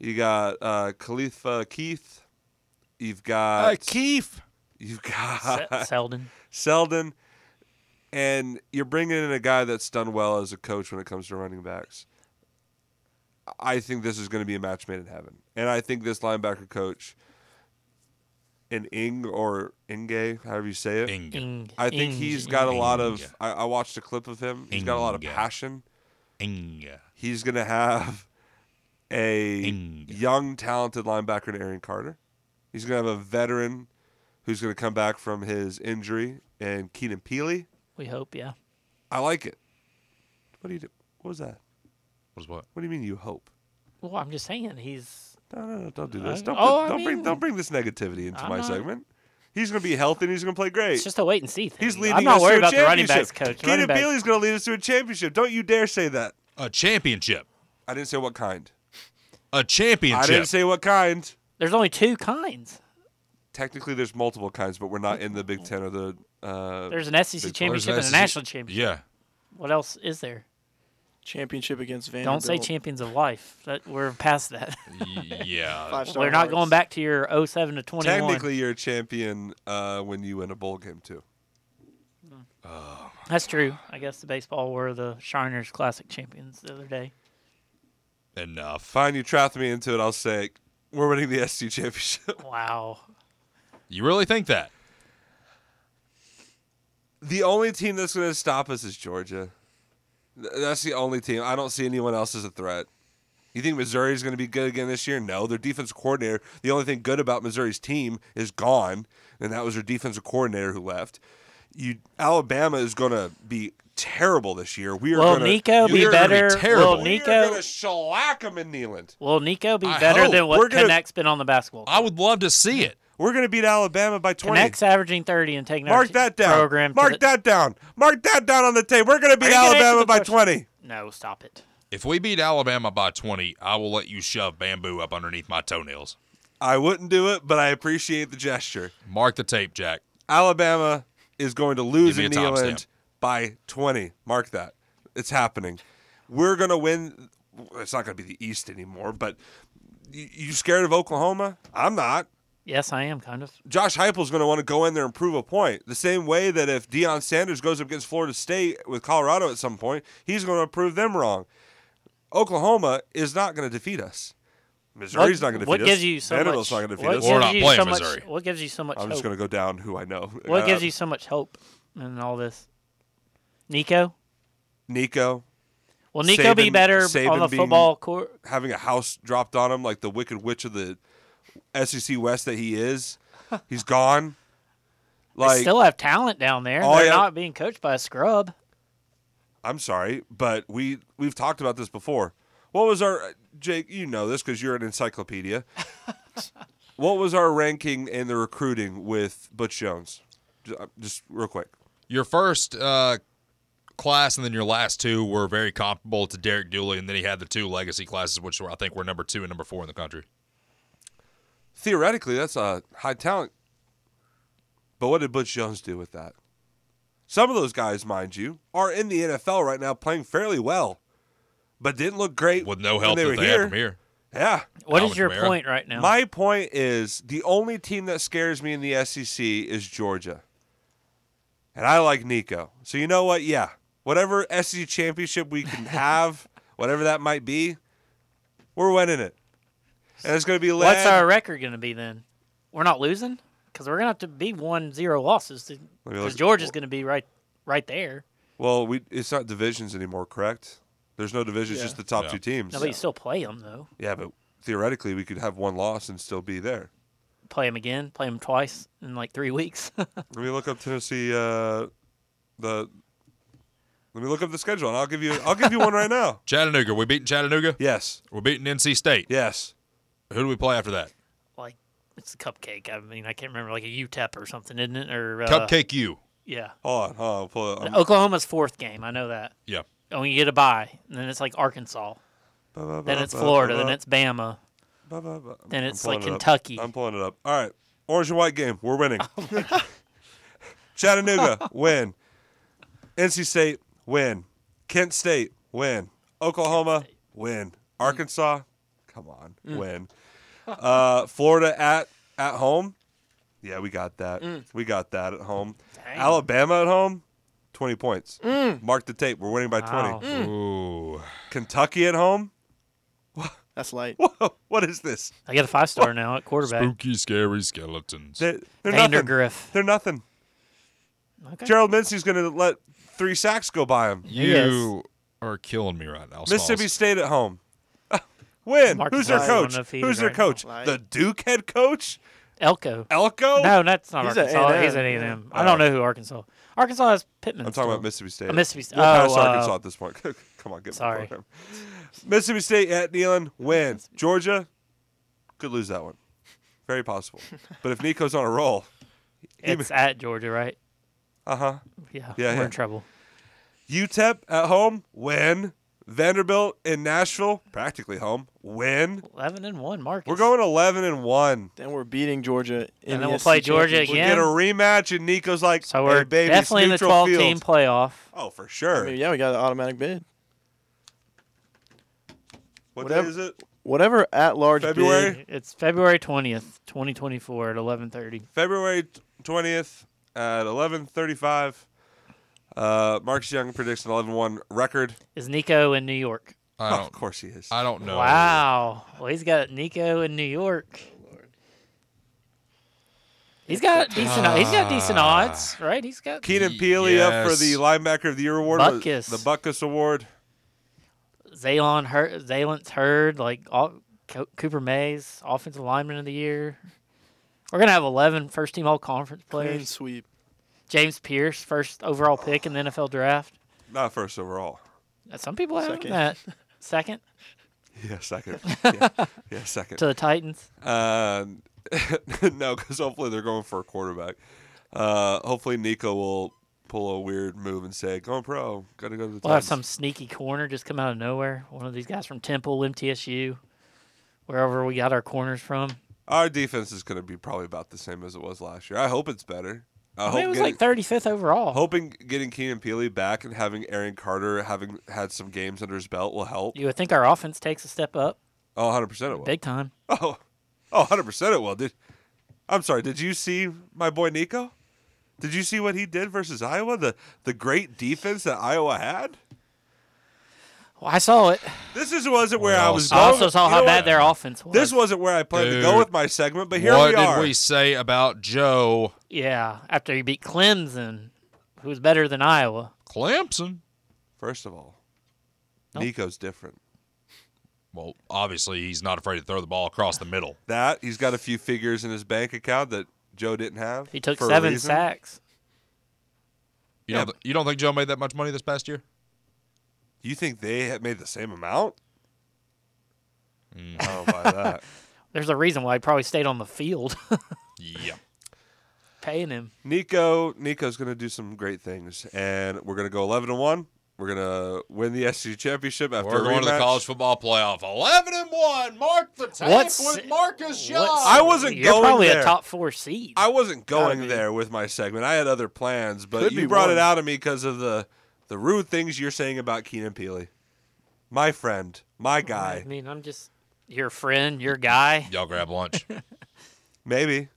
[SPEAKER 2] You got uh, Khalifa Keith. You've got
[SPEAKER 1] Uh, Keith.
[SPEAKER 2] You've got
[SPEAKER 4] Se- Seldon.
[SPEAKER 2] Seldon, and you're bringing in a guy that's done well as a coach when it comes to running backs. I think this is going to be a match made in heaven, and I think this linebacker coach, an Ing or Inge, however you say it,
[SPEAKER 1] Inga.
[SPEAKER 4] Ing.
[SPEAKER 2] I think
[SPEAKER 4] Ing.
[SPEAKER 2] he's got a lot
[SPEAKER 1] Inge.
[SPEAKER 2] of. I, I watched a clip of him. He's got a lot of
[SPEAKER 1] Inge.
[SPEAKER 2] passion.
[SPEAKER 1] Inga.
[SPEAKER 2] He's going to have a
[SPEAKER 1] Inge.
[SPEAKER 2] young, talented linebacker in Aaron Carter. He's going to have a veteran who's going to come back from his injury, and Keenan Peely.
[SPEAKER 4] We hope, yeah.
[SPEAKER 2] I like it. What do you do? What was that?
[SPEAKER 1] Was what?
[SPEAKER 2] What do you mean you hope?
[SPEAKER 4] Well, I'm just saying he's
[SPEAKER 2] No, no, no, don't do this.
[SPEAKER 4] Uh,
[SPEAKER 2] Don't,
[SPEAKER 4] oh, I
[SPEAKER 2] don't bring
[SPEAKER 4] mean-
[SPEAKER 2] don't bring this negativity into
[SPEAKER 4] I'm
[SPEAKER 2] my
[SPEAKER 4] not-
[SPEAKER 2] segment. He's going to be healthy and he's going to play great.
[SPEAKER 4] it's just a wait and see thing.
[SPEAKER 2] he's leading
[SPEAKER 4] I'm not
[SPEAKER 2] us
[SPEAKER 4] worried
[SPEAKER 2] to a
[SPEAKER 4] about the running backs
[SPEAKER 2] championship.
[SPEAKER 4] coach.
[SPEAKER 2] Keenan
[SPEAKER 4] Running backs-
[SPEAKER 2] Peely's going to lead us to a championship. Don't you dare say that.
[SPEAKER 1] A championship.
[SPEAKER 2] I didn't say what kind.
[SPEAKER 1] A
[SPEAKER 2] I
[SPEAKER 1] championship.
[SPEAKER 2] didn't say what kind.
[SPEAKER 4] There's only two kinds.
[SPEAKER 2] Technically, there's multiple kinds, but we're not in the Big Ten or the. Uh,
[SPEAKER 4] There's an SEC
[SPEAKER 1] Where's
[SPEAKER 4] championship and a
[SPEAKER 1] SEC?
[SPEAKER 2] E
[SPEAKER 4] national championship.
[SPEAKER 1] Yeah.
[SPEAKER 4] What else is there?
[SPEAKER 3] Championship against
[SPEAKER 4] Don't
[SPEAKER 3] Vanderbilt.
[SPEAKER 4] say champions of life. That we're past that.
[SPEAKER 1] Y- yeah.
[SPEAKER 3] Five-star
[SPEAKER 4] we're not
[SPEAKER 3] hearts.
[SPEAKER 4] going back to your 07 to 21.
[SPEAKER 2] technically, you're a champion uh, when you win a bowl game too.
[SPEAKER 4] That's true. I guess the baseball were the Shriners Classic champions the other day.
[SPEAKER 1] Enough.
[SPEAKER 2] Fine, you trapped me into it. I'll say it. we're winning the SC championship.
[SPEAKER 4] Wow.
[SPEAKER 1] You really think that?
[SPEAKER 2] the only team that's going to stop us is Georgia. Th- That's the only team. I don't see anyone else as a threat. You think Missouri's going to be good again this year? No, their defensive coordinator. The only thing good about Missouri's team is gone, and that was their defensive coordinator who left. You Alabama is going to be terrible this year. We are
[SPEAKER 4] Will
[SPEAKER 2] going to
[SPEAKER 4] Nico be
[SPEAKER 1] you're gonna be
[SPEAKER 4] better?
[SPEAKER 1] terrible. You're
[SPEAKER 4] Will
[SPEAKER 2] We are
[SPEAKER 4] Nico?
[SPEAKER 2] going to shellac them in Neyland.
[SPEAKER 4] Will Nico be
[SPEAKER 1] I
[SPEAKER 4] better
[SPEAKER 1] hope.
[SPEAKER 4] than
[SPEAKER 2] We're
[SPEAKER 4] what
[SPEAKER 2] gonna-
[SPEAKER 4] Connect's been on the basketball?
[SPEAKER 1] I would love to see it.
[SPEAKER 2] We're going to beat Alabama by twenty.
[SPEAKER 4] Connect's averaging 30 and taking our
[SPEAKER 2] Mark
[SPEAKER 4] t-
[SPEAKER 2] that down.
[SPEAKER 4] program. to
[SPEAKER 2] Mark
[SPEAKER 4] the-
[SPEAKER 2] that down. Mark that down on the tape. We're going to beat
[SPEAKER 4] you gonna answer
[SPEAKER 2] Alabama
[SPEAKER 4] the
[SPEAKER 2] by
[SPEAKER 4] question?
[SPEAKER 2] twenty.
[SPEAKER 4] No, stop it.
[SPEAKER 1] If we beat Alabama by 20, I will let you shove bamboo up underneath my toenails.
[SPEAKER 2] I wouldn't do it, but I appreciate the gesture.
[SPEAKER 1] Mark the tape, Jack.
[SPEAKER 2] Alabama is going to lose
[SPEAKER 1] Give
[SPEAKER 2] in
[SPEAKER 1] me a timestamp.
[SPEAKER 2] Neyland by 20. Mark that. It's happening. We're going to win. It's not going to be the East anymore, but you, you scared of Oklahoma? I'm not.
[SPEAKER 4] Yes, I am kind of.
[SPEAKER 2] Josh Heupel's going to want to go in there and prove a point. The same way that if Deion Sanders goes up against Florida State with Colorado at some point, he's going to prove them wrong. Oklahoma is not going to defeat us. Missouri's not going to defeat
[SPEAKER 4] What
[SPEAKER 2] us.
[SPEAKER 4] gives you so
[SPEAKER 2] Vanderbilt's
[SPEAKER 4] much?
[SPEAKER 2] not going to
[SPEAKER 4] what
[SPEAKER 2] defeat us.
[SPEAKER 1] Or
[SPEAKER 4] gives
[SPEAKER 1] not
[SPEAKER 4] you
[SPEAKER 1] playing
[SPEAKER 4] so much-
[SPEAKER 1] Missouri.
[SPEAKER 4] what gives you so much
[SPEAKER 2] I'm
[SPEAKER 4] hope?
[SPEAKER 2] just going to go down who I know.
[SPEAKER 4] What
[SPEAKER 2] Uh,
[SPEAKER 4] gives you so much hope in all this? Nico?
[SPEAKER 2] Nico?
[SPEAKER 4] Will Nico be
[SPEAKER 2] Saban-
[SPEAKER 4] better
[SPEAKER 2] Saban
[SPEAKER 4] on the
[SPEAKER 2] being-
[SPEAKER 4] football court?
[SPEAKER 2] having a house dropped on him like the Wicked Witch of the SEC West that he is. He's gone.
[SPEAKER 4] they
[SPEAKER 2] Like
[SPEAKER 4] still have talent down there.
[SPEAKER 2] Oh,
[SPEAKER 4] They're
[SPEAKER 2] yeah.
[SPEAKER 4] not being coached by a scrub.
[SPEAKER 2] I'm sorry, but we we've talked about this before. What was our Jake? You know this because you're an encyclopedia. what was our ranking in the recruiting with Butch Jones? Ju- uh, Just real quick.
[SPEAKER 1] Your first uh, class and then your last two were very comparable to Derek Dooley, and then he had the two legacy classes, which were, I think were number two and number four in the country.
[SPEAKER 2] Theoretically, that's a high talent. But what did Butch Jones do with that? Some of those guys, mind you, are in the NFL right now playing fairly well, but didn't look great
[SPEAKER 1] With no
[SPEAKER 2] when
[SPEAKER 1] help
[SPEAKER 2] they were
[SPEAKER 1] that they
[SPEAKER 2] here.
[SPEAKER 1] had from here.
[SPEAKER 2] Yeah.
[SPEAKER 4] What
[SPEAKER 1] Alvin
[SPEAKER 4] is your
[SPEAKER 1] Kamara.
[SPEAKER 4] point right now?
[SPEAKER 2] My point is the only team that scares me in the SEC is Georgia. And I like Nico. So you know what? Yeah. Whatever SEC championship we can have, whatever that might be, we're winning it. And it's going to be led.
[SPEAKER 4] What's our record going to be then? We're not losing because we're going to have to be one zero losses
[SPEAKER 2] me look
[SPEAKER 4] because
[SPEAKER 2] at-
[SPEAKER 4] Georgia's going to be right right there.
[SPEAKER 2] Well, we it's not divisions anymore, correct? There's no divisions,
[SPEAKER 3] Yeah.
[SPEAKER 2] just the top
[SPEAKER 1] Yeah.
[SPEAKER 2] two teams.
[SPEAKER 4] No, but you still play them though.
[SPEAKER 2] Yeah, but theoretically, we could have one loss and still be there.
[SPEAKER 4] Play them again. Play them twice in like three weeks.
[SPEAKER 2] Let me look up Tennessee. Uh, the let me look up the schedule, and I'll give you I'll give you one right now.
[SPEAKER 1] Chattanooga. We're beating Chattanooga.
[SPEAKER 2] Yes,
[SPEAKER 1] We're beating NC State.
[SPEAKER 2] yes.
[SPEAKER 1] Who do we play after that?
[SPEAKER 4] like it's a cupcake. I mean, I can't remember like a UTEP or something, isn't it? Or uh,
[SPEAKER 1] Cupcake U.
[SPEAKER 4] Yeah,
[SPEAKER 2] Hold on, hold on. Pull it. I'm-
[SPEAKER 4] Oklahoma's fourth game. I know that.
[SPEAKER 1] Yeah.
[SPEAKER 4] And when you get a bye, and then it's like Arkansas,
[SPEAKER 2] ba, ba, ba,
[SPEAKER 4] then it's
[SPEAKER 2] ba,
[SPEAKER 4] Florida,
[SPEAKER 2] ba,
[SPEAKER 4] then it's Bama.
[SPEAKER 2] ba, ba, ba.
[SPEAKER 4] then
[SPEAKER 2] I'm
[SPEAKER 4] it's like
[SPEAKER 2] pulling it up.
[SPEAKER 4] Kentucky. Oh
[SPEAKER 2] I'm pulling it up. All right, orange and white game. We're winning. Chattanooga win. NC State win. Kent State win. Oklahoma win.
[SPEAKER 4] Mm.
[SPEAKER 2] Arkansas, come on, win. Uh, Florida at at home. Yeah, we got that. We got that at home.
[SPEAKER 4] Mm. Dang. Mm.
[SPEAKER 2] Alabama at home, twenty points. Mark the tape. We're winning by
[SPEAKER 4] Wow. Mm.
[SPEAKER 2] twenty.
[SPEAKER 1] Ooh.
[SPEAKER 2] Kentucky at home.
[SPEAKER 3] That's light.
[SPEAKER 2] Whoa, what is this?
[SPEAKER 4] I got a five star now at quarterback.
[SPEAKER 1] Spooky, scary skeletons.
[SPEAKER 2] They're, they're nothing.
[SPEAKER 4] Vandergriff.
[SPEAKER 2] They're nothing.
[SPEAKER 4] Okay.
[SPEAKER 2] Gerald Mincy's going to let three sacks go by him.
[SPEAKER 1] You are killing me right now. Smalls.
[SPEAKER 2] Mississippi State at home. Win.
[SPEAKER 4] Marcus
[SPEAKER 2] Who's their
[SPEAKER 4] Riley, I don't
[SPEAKER 2] coach?
[SPEAKER 4] know if he
[SPEAKER 2] Who's
[SPEAKER 4] is
[SPEAKER 2] their
[SPEAKER 4] right now.
[SPEAKER 2] coach?
[SPEAKER 3] Right.
[SPEAKER 2] The Duke head coach?
[SPEAKER 4] Elko.
[SPEAKER 2] Elko?
[SPEAKER 4] No, that's not
[SPEAKER 3] He's a
[SPEAKER 4] Arkansas.
[SPEAKER 3] A&M,
[SPEAKER 4] He's an
[SPEAKER 3] yeah.
[SPEAKER 4] A&M. I don't know who Arkansas. Arkansas has Pittman.
[SPEAKER 2] I'm talking about
[SPEAKER 4] still.
[SPEAKER 2] Mississippi State.
[SPEAKER 4] Uh, Mississippi State.
[SPEAKER 2] We'll pass
[SPEAKER 4] Oh, uh,
[SPEAKER 2] Arkansas at this point. Come on, get me
[SPEAKER 4] sorry.
[SPEAKER 2] program. Mississippi State at Neyland wins. Georgia could lose that one. Very possible. But if Nico's on a roll,
[SPEAKER 4] It's at Georgia, right?
[SPEAKER 2] uh huh.
[SPEAKER 4] Yeah.
[SPEAKER 2] Yeah,
[SPEAKER 4] we're
[SPEAKER 2] yeah.
[SPEAKER 4] in trouble.
[SPEAKER 2] UTEP E at home win. Vanderbilt in Nashville practically home win.
[SPEAKER 4] Eleven and one, Marcus.
[SPEAKER 2] We're going 11 and one.
[SPEAKER 3] Then we're beating Georgia. In
[SPEAKER 4] And
[SPEAKER 3] the
[SPEAKER 4] then we'll play
[SPEAKER 3] SEC
[SPEAKER 4] Georgia
[SPEAKER 3] championship.
[SPEAKER 2] We get a
[SPEAKER 4] Again?
[SPEAKER 2] rematch, and Nico's like,
[SPEAKER 4] So
[SPEAKER 2] "Hey,
[SPEAKER 4] we're
[SPEAKER 2] baby, it's
[SPEAKER 4] definitely in the
[SPEAKER 2] neutral
[SPEAKER 4] 12
[SPEAKER 2] field."
[SPEAKER 4] team playoff.
[SPEAKER 2] Oh, for
[SPEAKER 3] I
[SPEAKER 2] sure.
[SPEAKER 3] mean, yeah, we got an automatic bid.
[SPEAKER 2] what day
[SPEAKER 3] whatever-
[SPEAKER 2] is it?
[SPEAKER 3] Whatever at large
[SPEAKER 2] February?
[SPEAKER 3] bid.
[SPEAKER 4] It's February 20th, 2024 at 11:30.
[SPEAKER 2] February twentieth at eleven thirty-five. Uh, Marcus Young predicts an 11-1 record.
[SPEAKER 4] Is Nico in New York?
[SPEAKER 1] I
[SPEAKER 2] Oh, of
[SPEAKER 1] don't.
[SPEAKER 2] course he is.
[SPEAKER 1] I don't know.
[SPEAKER 4] Wow. Well, he's got Nico in New York. He's got decent. he's got decent
[SPEAKER 2] Ah.
[SPEAKER 4] odds, right? He's got.
[SPEAKER 2] Keenan
[SPEAKER 1] Ye-
[SPEAKER 2] Peely up for the
[SPEAKER 1] yes.
[SPEAKER 2] linebacker of the year award, was
[SPEAKER 4] Buckus.
[SPEAKER 2] the Buckus Award.
[SPEAKER 4] Zaylon Hur- Zaylon's Hurd, like all, Co- Cooper Mays, offensive lineman of the year. We're gonna have 11 first team all conference
[SPEAKER 3] Clean
[SPEAKER 4] players.
[SPEAKER 3] sweep.
[SPEAKER 4] James Pierce, first overall pick in
[SPEAKER 2] Oh.
[SPEAKER 4] the NFL draft.
[SPEAKER 2] Not first overall.
[SPEAKER 4] Uh, Some people have him
[SPEAKER 3] Second.
[SPEAKER 4] that second
[SPEAKER 2] Yeah, second. yeah. yeah, second.
[SPEAKER 4] to the Titans.
[SPEAKER 2] Um, no, because hopefully they're going for a quarterback. Uh, hopefully Nico will pull a weird move and say, "Going pro, gotta go to the."
[SPEAKER 4] We'll have
[SPEAKER 2] Titans."
[SPEAKER 4] some sneaky corner just come out of nowhere. One of these guys from Temple, MTSU, wherever we got our corners from.
[SPEAKER 2] Our defense is gonna be probably about the same as it was last year. I hope it's better. I,
[SPEAKER 4] I
[SPEAKER 2] hope
[SPEAKER 4] mean, it was
[SPEAKER 2] getting,
[SPEAKER 4] like 35th overall.
[SPEAKER 2] hoping getting Keenan Peely back and having Aaron Carter having had some games under his belt will help.
[SPEAKER 4] you would think our offense takes a step up
[SPEAKER 2] Oh, 100 percent it will.
[SPEAKER 4] big time.
[SPEAKER 2] Oh, oh, 100 percent it will. Did I'm sorry. Did you see my boy Nico? Did you see what he did versus Iowa? The the great defense that Iowa had.
[SPEAKER 4] Well, I saw it.
[SPEAKER 2] This is wasn't where
[SPEAKER 1] Well,
[SPEAKER 2] I was
[SPEAKER 1] so-
[SPEAKER 4] I
[SPEAKER 2] going.
[SPEAKER 4] also saw
[SPEAKER 2] You
[SPEAKER 4] how
[SPEAKER 2] know
[SPEAKER 4] bad
[SPEAKER 2] what?
[SPEAKER 4] their offense was.
[SPEAKER 2] This wasn't where I planned to go
[SPEAKER 1] Dude.
[SPEAKER 2] with my segment, but here
[SPEAKER 1] what
[SPEAKER 2] we are.
[SPEAKER 1] did we say about Joe
[SPEAKER 4] Yeah, after he beat Clemson, who was better than Iowa.
[SPEAKER 1] Clemson?
[SPEAKER 2] First of all,
[SPEAKER 4] Nope.
[SPEAKER 2] Nico's different.
[SPEAKER 1] Well, obviously he's not afraid to throw the ball across the middle.
[SPEAKER 2] That he's got a few figures in his bank account that Joe didn't have.
[SPEAKER 4] He took
[SPEAKER 2] for a
[SPEAKER 4] seven
[SPEAKER 2] reason.
[SPEAKER 4] sacks.
[SPEAKER 1] You don't. th- you don't think Joe made that much money this past year?
[SPEAKER 2] You think they had made the same amount?
[SPEAKER 1] Mm.
[SPEAKER 2] I don't buy that.
[SPEAKER 4] There's a reason why he probably stayed on the field,
[SPEAKER 1] Yeah.
[SPEAKER 4] paying him.
[SPEAKER 2] Nico, Nico's gonna do some great things, and we're gonna go eleven to one. We're gonna win the SEC championship after
[SPEAKER 1] We're
[SPEAKER 2] a
[SPEAKER 1] going to the
[SPEAKER 2] rematch.
[SPEAKER 1] college football playoff. Eleven and one. Mark the tape
[SPEAKER 4] What's-
[SPEAKER 1] with Marcus Young.
[SPEAKER 4] what's-
[SPEAKER 2] I wasn't
[SPEAKER 4] You're
[SPEAKER 2] going
[SPEAKER 4] probably
[SPEAKER 2] there.
[SPEAKER 4] a top four seed.
[SPEAKER 2] I wasn't
[SPEAKER 4] Gotta
[SPEAKER 2] going
[SPEAKER 4] be.
[SPEAKER 2] there with my segment. I had other plans, but
[SPEAKER 3] Could
[SPEAKER 2] you
[SPEAKER 3] be
[SPEAKER 2] brought it
[SPEAKER 3] one.
[SPEAKER 2] out of me because of the the rude things you're saying about Keenan Peely, my friend, my
[SPEAKER 4] I
[SPEAKER 2] guy.
[SPEAKER 4] mean, I'm just your friend, your guy.
[SPEAKER 1] Y'all grab lunch.
[SPEAKER 2] Maybe.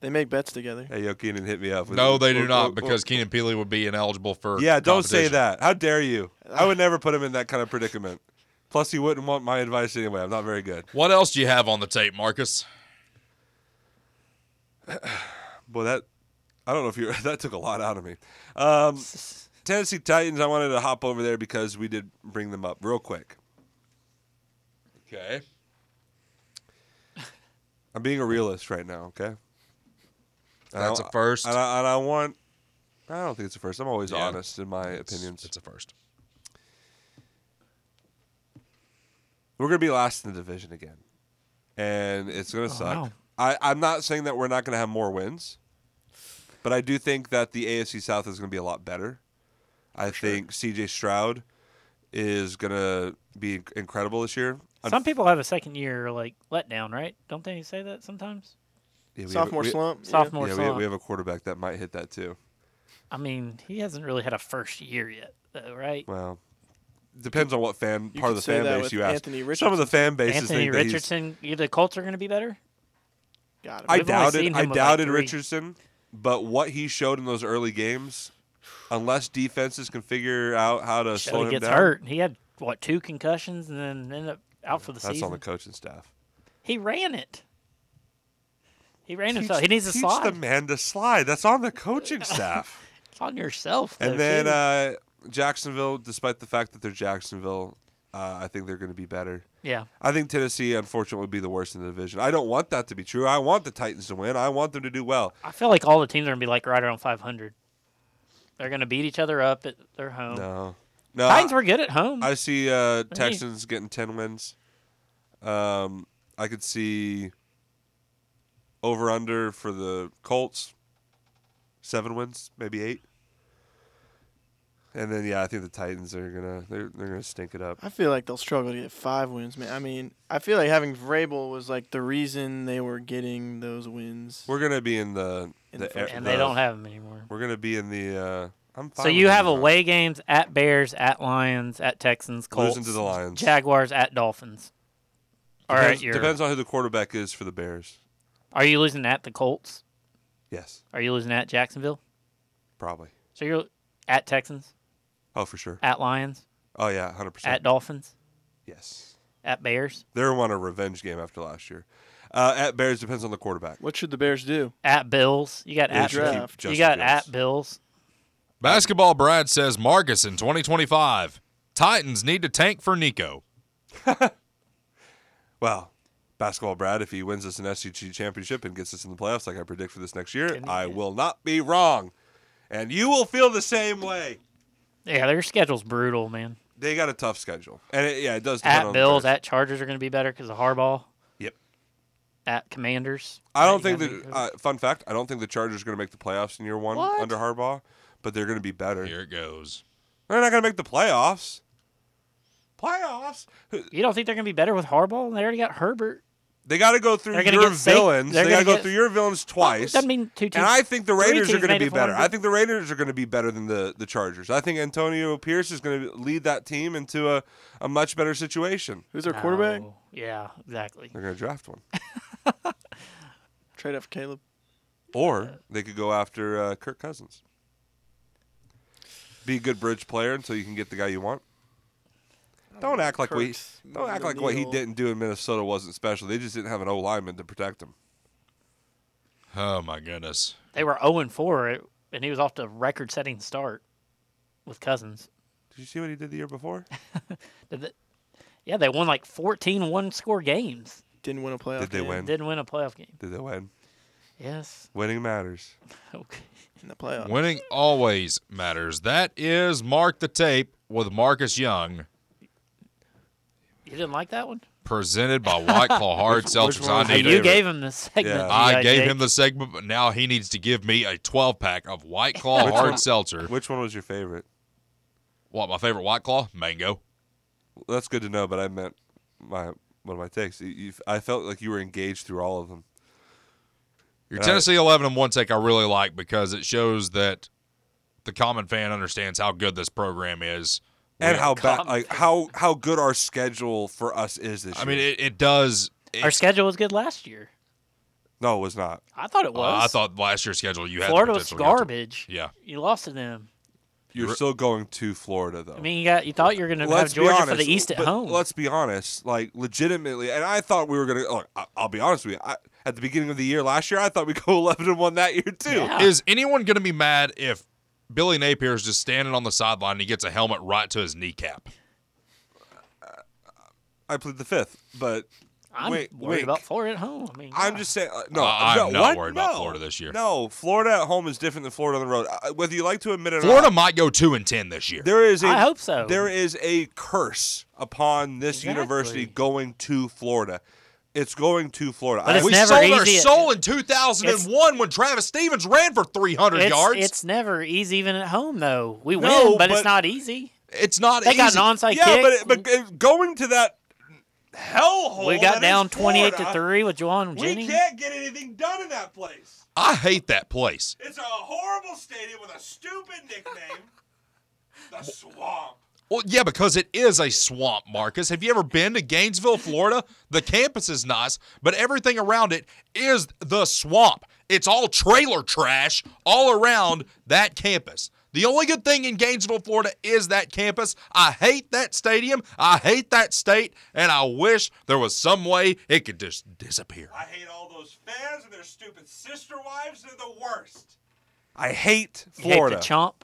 [SPEAKER 3] They make bets together.
[SPEAKER 2] Hey, yo, Keenan, hit me up. with-
[SPEAKER 1] no, they
[SPEAKER 2] Oh,
[SPEAKER 1] do
[SPEAKER 2] oh,
[SPEAKER 1] not
[SPEAKER 2] oh.
[SPEAKER 1] because Keenan Peely would be ineligible for.
[SPEAKER 2] Yeah, don't say
[SPEAKER 1] competition.
[SPEAKER 2] that. How dare you? I would never put him in that kind of predicament. Plus, he wouldn't want my advice anyway. I'm not very good.
[SPEAKER 1] What else do you have on the tape, Marcus?
[SPEAKER 2] Boy, that I don't know if you that took a lot out of me. Um, Tennessee Titans. I wanted to hop over there because we did bring them up real quick.
[SPEAKER 1] Okay.
[SPEAKER 2] I'm being a realist right now. Okay. And I
[SPEAKER 1] That's a
[SPEAKER 2] don't-
[SPEAKER 1] first.
[SPEAKER 2] And I, and I want. I don't think it's a first. I'm always
[SPEAKER 1] Yeah.
[SPEAKER 2] honest in my
[SPEAKER 1] It's-
[SPEAKER 2] opinions.
[SPEAKER 1] It's a first.
[SPEAKER 2] we're gonna be last in the division again, and it's gonna suck.
[SPEAKER 4] Oh, no.
[SPEAKER 2] I, I'm not saying that we're not gonna have more wins, but I do think that the AFC South is gonna be a lot better. I think CJ Stroud is gonna be incredible this year.
[SPEAKER 4] Some people have a second year like letdown, right? Don't they say that sometimes?
[SPEAKER 2] Yeah, we have a-
[SPEAKER 3] Sophomore
[SPEAKER 2] we-
[SPEAKER 3] slump. yeah.
[SPEAKER 4] Sophomore
[SPEAKER 2] Yeah, we
[SPEAKER 4] slump.
[SPEAKER 2] have, we have a quarterback that might hit that too.
[SPEAKER 4] I mean, he hasn't really had a first year yet, though, right?
[SPEAKER 2] Well, depends on what fan
[SPEAKER 3] You
[SPEAKER 2] part
[SPEAKER 3] could
[SPEAKER 2] of the
[SPEAKER 3] say
[SPEAKER 2] fan
[SPEAKER 3] that
[SPEAKER 2] base
[SPEAKER 3] with
[SPEAKER 2] you ask.
[SPEAKER 3] Anthony
[SPEAKER 2] Some of the fan bases
[SPEAKER 4] Anthony
[SPEAKER 2] think that he's-
[SPEAKER 4] Richardson, you- the Colts are going to be better.
[SPEAKER 3] Got it.
[SPEAKER 2] I
[SPEAKER 4] We've only
[SPEAKER 2] doubted.
[SPEAKER 4] seen
[SPEAKER 2] I
[SPEAKER 4] him with, like,
[SPEAKER 2] doubted
[SPEAKER 4] three.
[SPEAKER 2] Richardson, but what he showed in those early games, unless defenses can figure out how to
[SPEAKER 4] So
[SPEAKER 2] slow
[SPEAKER 4] he
[SPEAKER 2] him
[SPEAKER 4] gets
[SPEAKER 2] down,
[SPEAKER 4] hurt. He had what two concussions and then ended up out for the
[SPEAKER 2] that's
[SPEAKER 4] season.
[SPEAKER 2] on the coaching staff.
[SPEAKER 4] He ran it. He ran himself.
[SPEAKER 2] Teach-
[SPEAKER 4] He needs a
[SPEAKER 2] teach
[SPEAKER 4] slide.
[SPEAKER 2] the man to slide. That's on the coaching staff.
[SPEAKER 4] It's on yourself.
[SPEAKER 2] and
[SPEAKER 4] though,
[SPEAKER 2] then
[SPEAKER 4] too.
[SPEAKER 2] uh, Jacksonville, despite the fact that they're Jacksonville, uh, I think they're going to be better.
[SPEAKER 4] Yeah.
[SPEAKER 2] I think Tennessee, unfortunately, would be the worst in the division. I don't want that to be true. I want the Titans to win. I want them to do well.
[SPEAKER 4] I feel like all the teams are going to be like right around 500. They're going to beat each other up at their home.
[SPEAKER 2] No, no.
[SPEAKER 4] Titans
[SPEAKER 2] I,
[SPEAKER 4] were good at home.
[SPEAKER 2] I see uh, Texans getting ten wins. Um, I could see over under for the Colts, seven wins, maybe eight. And then yeah, I think the Titans are gonna they're they're gonna stink it up.
[SPEAKER 3] I feel like they'll struggle to get five wins, man. I mean, I feel like having Vrabel was like the reason they were getting those wins.
[SPEAKER 2] We're gonna be in the
[SPEAKER 3] In
[SPEAKER 2] the
[SPEAKER 3] the
[SPEAKER 2] air-
[SPEAKER 3] first-
[SPEAKER 4] and
[SPEAKER 2] the-
[SPEAKER 4] they don't have them anymore.
[SPEAKER 2] We're gonna be in the. Uh, I'm fine.
[SPEAKER 4] So
[SPEAKER 2] with
[SPEAKER 4] you
[SPEAKER 2] losing
[SPEAKER 4] have
[SPEAKER 2] to the
[SPEAKER 4] away games at Bears, at Lions, at Texans,
[SPEAKER 2] Lions.
[SPEAKER 4] Colts,
[SPEAKER 2] Losing to the Lions.
[SPEAKER 4] Jaguars, at Dolphins. All
[SPEAKER 2] depends,
[SPEAKER 4] right, you're-
[SPEAKER 2] depends on who the quarterback is for the Bears.
[SPEAKER 4] Are you losing at the Colts?
[SPEAKER 2] Yes,
[SPEAKER 4] Are you losing at Jacksonville?
[SPEAKER 2] probably.
[SPEAKER 4] So you're at Texans,
[SPEAKER 2] Oh, for sure.
[SPEAKER 4] at Lions,
[SPEAKER 2] Oh yeah, hundred
[SPEAKER 4] at
[SPEAKER 2] percent.
[SPEAKER 4] Dolphins,
[SPEAKER 2] Yes,
[SPEAKER 4] at Bears,
[SPEAKER 2] they're on a revenge game after last year. Uh, at Bears depends on the quarterback.
[SPEAKER 3] What should the Bears do?
[SPEAKER 4] at Bills. You got
[SPEAKER 2] They
[SPEAKER 4] at
[SPEAKER 2] should
[SPEAKER 3] draft.
[SPEAKER 2] keep
[SPEAKER 4] you
[SPEAKER 2] Justin
[SPEAKER 4] got
[SPEAKER 2] Fields.
[SPEAKER 4] at Bills.
[SPEAKER 1] Basketball Brad says Marcus in 2025. Titans need to tank for Nico.
[SPEAKER 2] Well, basketball Brad, if he wins us an SCG championship and gets us in the playoffs like I predict for this next year,
[SPEAKER 4] Didn't
[SPEAKER 2] I
[SPEAKER 4] he?
[SPEAKER 2] will not be wrong. And you will feel the same way.
[SPEAKER 4] Yeah, their schedule's brutal, man.
[SPEAKER 2] They got a tough schedule. And it, yeah, it does depend on
[SPEAKER 4] At
[SPEAKER 2] the
[SPEAKER 4] Bills,
[SPEAKER 2] Bears.
[SPEAKER 4] at Chargers are going to be better because of Harbaugh.
[SPEAKER 2] Yep.
[SPEAKER 4] At Commanders.
[SPEAKER 2] I don't
[SPEAKER 4] that you
[SPEAKER 2] think
[SPEAKER 4] gotta
[SPEAKER 2] that
[SPEAKER 4] beat.
[SPEAKER 2] uh, fun fact, I don't think the Chargers are going to make the playoffs in year 1
[SPEAKER 4] What?
[SPEAKER 2] under Harbaugh, but they're going to be better.
[SPEAKER 1] Here it goes.
[SPEAKER 2] They're not going to make the playoffs. Playoffs? Who-
[SPEAKER 4] you don't think they're going to be better with Harbaugh? They already got Herbert.
[SPEAKER 2] They got to go through
[SPEAKER 4] They're gonna
[SPEAKER 2] your
[SPEAKER 4] get safe-
[SPEAKER 2] villains.
[SPEAKER 4] they're
[SPEAKER 2] They got to
[SPEAKER 4] gonna
[SPEAKER 2] go
[SPEAKER 4] get-
[SPEAKER 2] through your villains twice.
[SPEAKER 4] Doesn't mean two teams.
[SPEAKER 2] And I think the
[SPEAKER 4] three
[SPEAKER 2] Raiders are
[SPEAKER 4] teams
[SPEAKER 2] going to
[SPEAKER 4] made
[SPEAKER 2] be
[SPEAKER 4] it far.
[SPEAKER 2] better. I think the Raiders are going to be better than the the Chargers. I think Antonio Pierce is going to lead that team into a, a much better situation.
[SPEAKER 3] Who's their quarterback?
[SPEAKER 4] No. Oh, Yeah, exactly.
[SPEAKER 2] They're going to draft one,
[SPEAKER 3] Trade up for Caleb.
[SPEAKER 2] or they could go after uh, Kirk Cousins. Be a good bridge player until you can get the guy you want. Don't act like we
[SPEAKER 3] Kirk's
[SPEAKER 2] don't act
[SPEAKER 3] the
[SPEAKER 2] like what he
[SPEAKER 3] needle.
[SPEAKER 2] didn't do in Minnesota wasn't special. They just didn't have an O lineman to protect him.
[SPEAKER 1] Oh my goodness.
[SPEAKER 4] They were 0 and 4, and he was off to a record setting start with Cousins.
[SPEAKER 2] Did you see what he did the year before?
[SPEAKER 4] Did they- yeah, they won like 14 one score games.
[SPEAKER 3] Didn't win a playoff.
[SPEAKER 2] Did they
[SPEAKER 3] game
[SPEAKER 2] win?
[SPEAKER 4] Didn't win a playoff game.
[SPEAKER 2] Did they win?
[SPEAKER 4] Yes.
[SPEAKER 2] Winning matters.
[SPEAKER 4] Okay.
[SPEAKER 3] in the playoffs?
[SPEAKER 1] Winning always matters. That is Mark the Tape with Marcus Young,
[SPEAKER 4] You didn't like that one?
[SPEAKER 1] presented by White Claw Hard
[SPEAKER 2] Which- which
[SPEAKER 1] Seltzers.
[SPEAKER 2] one
[SPEAKER 1] I
[SPEAKER 2] was
[SPEAKER 1] need
[SPEAKER 2] your
[SPEAKER 1] it.
[SPEAKER 4] You
[SPEAKER 2] favorite.
[SPEAKER 4] gave him the segment.
[SPEAKER 2] Yeah.
[SPEAKER 1] I
[SPEAKER 4] G.I.
[SPEAKER 1] gave
[SPEAKER 4] Jake.
[SPEAKER 1] him the segment, but now he needs to give me a 12 pack of White Claw
[SPEAKER 2] Which
[SPEAKER 1] Hard
[SPEAKER 2] one-
[SPEAKER 1] Seltzer.
[SPEAKER 2] Which one was your favorite?
[SPEAKER 1] What, my favorite White Claw? Mango.
[SPEAKER 2] That's good to know, but I meant my one of my takes. You, you, I felt like you were engaged through all of them.
[SPEAKER 1] Your
[SPEAKER 2] And I-
[SPEAKER 1] Tennessee 11 and 1 take I really like because it shows that the common fan understands how good this program is.
[SPEAKER 2] And
[SPEAKER 1] We-
[SPEAKER 2] how bad,
[SPEAKER 4] Come.
[SPEAKER 2] like how how good our schedule for us is this
[SPEAKER 1] I
[SPEAKER 2] year.
[SPEAKER 1] mean, it, it does.
[SPEAKER 4] Our
[SPEAKER 1] it's-
[SPEAKER 4] schedule was good last year.
[SPEAKER 2] no, it was not.
[SPEAKER 4] I thought it
[SPEAKER 1] uh,
[SPEAKER 4] was.
[SPEAKER 1] I thought last year's schedule you had the
[SPEAKER 4] Florida was
[SPEAKER 1] potential to get to-
[SPEAKER 4] garbage.
[SPEAKER 1] Yeah.
[SPEAKER 4] You lost to them.
[SPEAKER 2] You're
[SPEAKER 1] You're-
[SPEAKER 2] still going to Florida though.
[SPEAKER 4] I mean, you got you thought you were going to have
[SPEAKER 2] let's be
[SPEAKER 4] Georgia
[SPEAKER 2] honest.
[SPEAKER 4] for the East at
[SPEAKER 2] but
[SPEAKER 4] home.
[SPEAKER 2] Let's be honest. Like legitimately, and I thought we were gonna. Look, I- I'll be honest with you. I, at the beginning of the year last year, I thought we'd go 11 and one that year too.
[SPEAKER 4] Yeah.
[SPEAKER 1] Is anyone going to be mad if Billy Napier is just standing on the sideline and he gets a helmet right to his kneecap?
[SPEAKER 2] I plead the fifth, but
[SPEAKER 4] I'm
[SPEAKER 2] wait,
[SPEAKER 4] worried
[SPEAKER 2] wink.
[SPEAKER 4] about Florida at home. I mean,
[SPEAKER 2] I'm
[SPEAKER 4] God.
[SPEAKER 2] just saying. Uh, no,
[SPEAKER 1] Uh, I'm
[SPEAKER 2] no,
[SPEAKER 1] not
[SPEAKER 2] what?
[SPEAKER 1] worried about
[SPEAKER 2] No.
[SPEAKER 1] Florida this year.
[SPEAKER 2] No, Florida at home is different than Florida on the road. Uh, whether you like to admit it, or
[SPEAKER 1] Florida
[SPEAKER 2] not,
[SPEAKER 1] might go 2 and 10 this year.
[SPEAKER 2] there is. A,
[SPEAKER 4] I hope so.
[SPEAKER 2] There is a curse upon this university
[SPEAKER 4] Exactly.
[SPEAKER 2] going to Florida. It's going to Florida.
[SPEAKER 4] But
[SPEAKER 2] I-
[SPEAKER 4] it's
[SPEAKER 1] we
[SPEAKER 4] never
[SPEAKER 1] sold
[SPEAKER 4] easy.
[SPEAKER 1] our soul in 2001 when Travis Stevens ran for 300
[SPEAKER 4] it's,
[SPEAKER 1] yards.
[SPEAKER 4] It's never easy even at home though. We
[SPEAKER 2] No,
[SPEAKER 4] win, but,
[SPEAKER 2] but-
[SPEAKER 4] it's not easy.
[SPEAKER 1] It's not
[SPEAKER 4] They
[SPEAKER 1] easy.
[SPEAKER 4] got an onside
[SPEAKER 2] yeah,
[SPEAKER 4] kick.
[SPEAKER 2] but it- but it- going to that hellhole.
[SPEAKER 4] we got
[SPEAKER 2] that
[SPEAKER 4] down
[SPEAKER 2] is
[SPEAKER 4] twenty-eight to
[SPEAKER 2] Florida,
[SPEAKER 4] three with Juwan
[SPEAKER 2] We
[SPEAKER 4] Jennings.
[SPEAKER 2] can't get anything done in that place.
[SPEAKER 1] I hate that place.
[SPEAKER 2] It's a horrible stadium with a stupid nickname. the swamp.
[SPEAKER 1] Well, yeah, because it is a swamp, Marcus. Have you ever been to Gainesville, Florida? The campus is nice, but everything around it is the swamp. It's all trailer trash all around that campus. The only good thing in Gainesville, Florida is that campus. I hate that stadium. I hate that state, and I wish there was some way it could just disappear.
[SPEAKER 2] I hate all those fans and their stupid sister wives. They're the worst. I hate
[SPEAKER 4] You hate
[SPEAKER 2] Florida.
[SPEAKER 4] the chomp.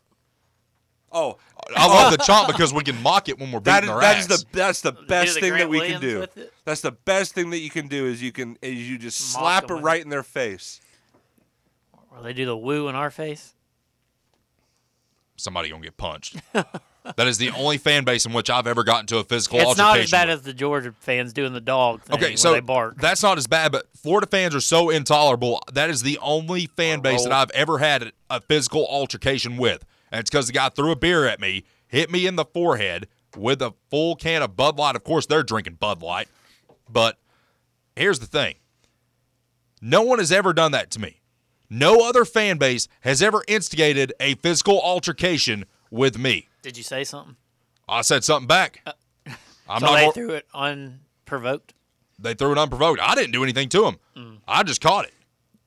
[SPEAKER 2] Oh,
[SPEAKER 1] I love the chomp because we can mock it when we're
[SPEAKER 2] that
[SPEAKER 1] beating
[SPEAKER 2] is
[SPEAKER 1] their
[SPEAKER 2] that is
[SPEAKER 1] ass.
[SPEAKER 2] the that's the best
[SPEAKER 4] the
[SPEAKER 2] thing that
[SPEAKER 4] Grant
[SPEAKER 2] we
[SPEAKER 4] Williams
[SPEAKER 2] can
[SPEAKER 4] with
[SPEAKER 2] do.
[SPEAKER 4] it?
[SPEAKER 2] That's the best thing that you can do is you can is you just
[SPEAKER 4] Mock
[SPEAKER 2] slap
[SPEAKER 4] 'em
[SPEAKER 2] it
[SPEAKER 4] with
[SPEAKER 2] right in their face.
[SPEAKER 4] Or they do the woo in our face.
[SPEAKER 1] Somebody gonna get punched. that is the only fan base in which I've ever gotten to a physical
[SPEAKER 4] It's not as
[SPEAKER 1] altercation.
[SPEAKER 4] bad as the Georgia fans doing the dog thing
[SPEAKER 1] Okay,
[SPEAKER 4] when
[SPEAKER 1] so
[SPEAKER 4] they bark.
[SPEAKER 1] that's not as bad, but Florida fans are so intolerable. That is the only fan base that I've ever had a physical altercation with. And it's because the guy threw a beer at me, hit me in the forehead with a full can of Bud Light. Of course, they're drinking Bud Light. But here's the thing no one has ever done that to me. No other fan base has ever instigated a physical altercation with me.
[SPEAKER 4] Did you say something?
[SPEAKER 1] I said something back. I'm
[SPEAKER 4] Uh, so they
[SPEAKER 1] gonna-
[SPEAKER 4] threw it unprovoked.
[SPEAKER 1] They threw it unprovoked. I didn't do anything to him.
[SPEAKER 4] Mm.
[SPEAKER 1] I just caught it.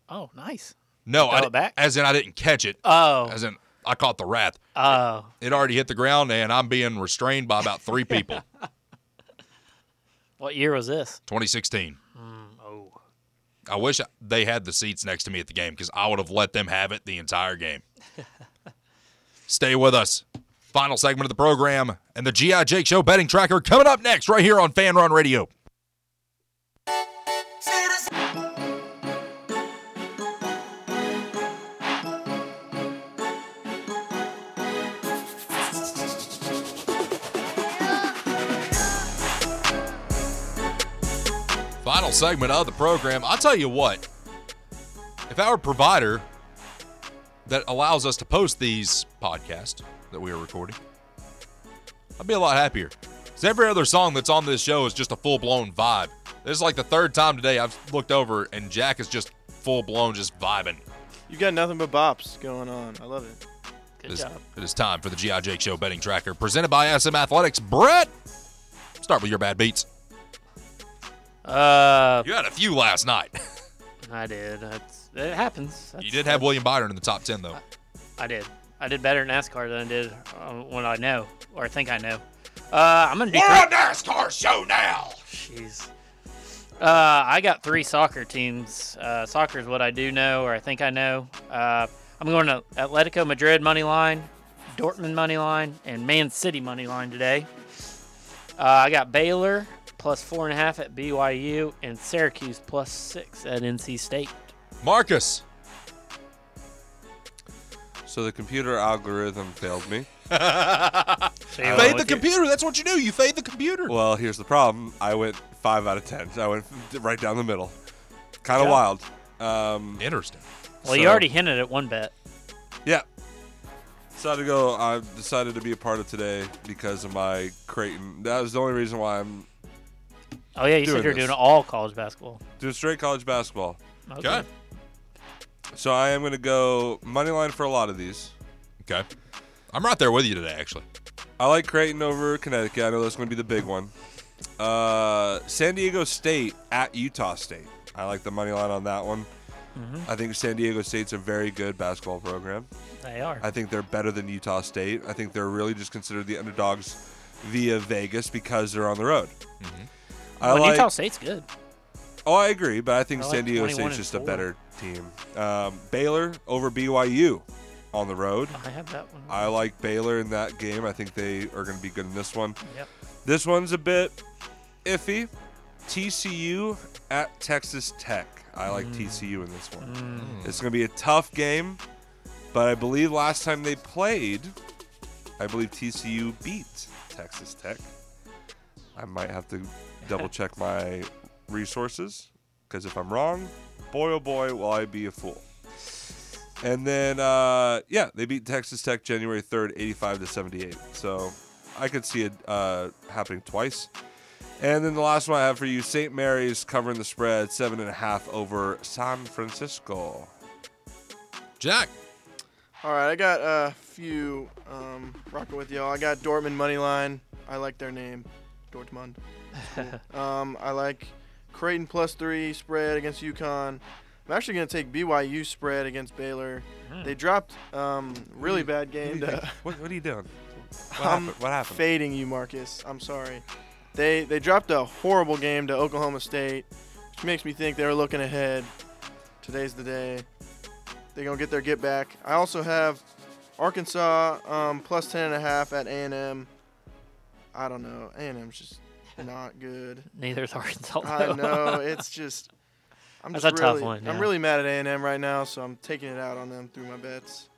[SPEAKER 4] Oh, nice.
[SPEAKER 1] No,
[SPEAKER 4] Throw
[SPEAKER 1] I
[SPEAKER 4] it
[SPEAKER 1] di-
[SPEAKER 4] back?
[SPEAKER 1] as in I didn't catch it.
[SPEAKER 4] Oh,
[SPEAKER 1] As in I caught the wrath.
[SPEAKER 4] oh,
[SPEAKER 1] It already hit the ground, and I'm being restrained by about three people.
[SPEAKER 4] what year was this?
[SPEAKER 1] 2016.
[SPEAKER 4] Oh,
[SPEAKER 1] I wish they had the seats next to me at the game because I would have let them have it the entire game. Stay with us. Final segment of the program and the GI Jake Show betting tracker coming up next right here on Fan Run Radio. Final segment of the program. I'll tell you what, if our provider that allows us to post these podcasts that we are recording, I'd be a lot happier. Because every other song that's on this show is just a full blown vibe. This is like the third time today I've looked over and Jack is just full blown, just vibing.
[SPEAKER 3] You got nothing but bops going on. I love it.
[SPEAKER 1] It
[SPEAKER 4] good
[SPEAKER 1] is,
[SPEAKER 4] job.
[SPEAKER 1] it is time for the G.I. Jake Show betting tracker presented by SM Athletics. Brett, start with your bad beats.
[SPEAKER 4] Uh,
[SPEAKER 1] You had a few last night.
[SPEAKER 4] I did. That's, it happens.
[SPEAKER 1] you
[SPEAKER 4] That's-
[SPEAKER 1] did have William Byron in the top 10, though.
[SPEAKER 4] I did. I did better in NASCAR than I did uh, when I know or I think I know. Uh, I'm gonna do.
[SPEAKER 1] We're a NASCAR show now.
[SPEAKER 4] Jeez. Uh, I got three soccer teams. Uh, soccer is what I do know, or I think I know. Uh, I'm going to Atletico Madrid money line, Dortmund money line, and Man City money line today. Uh, I got Baylor plus four and a half at BYU and Syracuse plus six at NC State.
[SPEAKER 1] Marcus,
[SPEAKER 2] So the computer algorithm failed me.
[SPEAKER 4] So you
[SPEAKER 1] fade
[SPEAKER 4] went
[SPEAKER 1] the
[SPEAKER 4] Uh, with your-
[SPEAKER 1] computer. That's what you do. You fade the computer.
[SPEAKER 2] Well, here's the problem. I went five out of ten. I went right down the middle. Kind of
[SPEAKER 4] Yeah.
[SPEAKER 2] wild. Um,
[SPEAKER 1] Interesting.
[SPEAKER 4] Well, you
[SPEAKER 2] so-
[SPEAKER 4] already hinted at one bet.
[SPEAKER 2] Yeah. Decided to go. I decided to be a part of today because of my Creighton. That was the only reason why I'm
[SPEAKER 4] Oh yeah, you
[SPEAKER 2] Doing
[SPEAKER 4] said you're
[SPEAKER 2] this.
[SPEAKER 4] doing all college basketball.
[SPEAKER 2] doing straight college basketball.
[SPEAKER 1] Okay.
[SPEAKER 2] So I am going to go money line for a lot of these.
[SPEAKER 1] Okay. I'm right there with you today, actually.
[SPEAKER 2] I like Creighton over Connecticut. I know that's going to be the big one. Uh, San Diego State at Utah State. I like the money line on that one.
[SPEAKER 4] Mm-hmm.
[SPEAKER 2] I think San Diego State's a very good basketball program.
[SPEAKER 4] They are.
[SPEAKER 2] I think they're better than Utah State. I think they're really just considered the underdogs via Vegas because they're on the road. I
[SPEAKER 4] Mm-hmm. well,
[SPEAKER 2] like,
[SPEAKER 4] Utah State's good.
[SPEAKER 2] Oh, I agree, but I think
[SPEAKER 4] I like
[SPEAKER 2] San Diego
[SPEAKER 4] 21
[SPEAKER 2] State's
[SPEAKER 4] and
[SPEAKER 2] just a
[SPEAKER 4] four.
[SPEAKER 2] better team. Um, Baylor over BYU on the road.
[SPEAKER 4] I have that one.
[SPEAKER 2] I like Baylor in that game. I think they are going to be good in this one.
[SPEAKER 4] Yep.
[SPEAKER 2] This one's a bit iffy. TCU at Texas Tech. I like TCU in this one. It's going to be a tough game, but I believe last time they played, I believe TCU beat Texas Tech. I might have to double check my resources because if I'm wrong, boy oh boy, will I be a fool. And then, uh, yeah, they beat Texas Tech January 3rd, 85 to 78. So I could see it uh, happening twice. And then the last one I have for you St. Mary's covering the spread, seven and a half over San Francisco.
[SPEAKER 1] Jack,
[SPEAKER 3] All right, I got a few um, rocking with y'all. I got Dortmund money line. I like their name, Dortmund. It's cool. um, I like Creighton plus three spread against UConn. I'm actually gonna take BYU spread against Baylor. They dropped um, really bad game.
[SPEAKER 2] What, do you
[SPEAKER 3] To,
[SPEAKER 2] think? what, what are you doing? What
[SPEAKER 3] uh, I'm
[SPEAKER 2] happened? What happened?
[SPEAKER 3] fading you, Marcus. I'm sorry. They they dropped a horrible game to Oklahoma State, which makes me think they're looking ahead. Today's the day. They're gonna get their get back. I also have Arkansas um, plus ten and a half at A and M. I don't know. A and M's just not good.
[SPEAKER 4] Neither is Arkansas.
[SPEAKER 3] I
[SPEAKER 4] though.
[SPEAKER 3] know it's just. I'm
[SPEAKER 4] That's
[SPEAKER 3] just
[SPEAKER 4] a
[SPEAKER 3] really,
[SPEAKER 4] tough one, yeah.
[SPEAKER 3] I'm really mad at A and M right now, so I'm taking it out on them through my bets.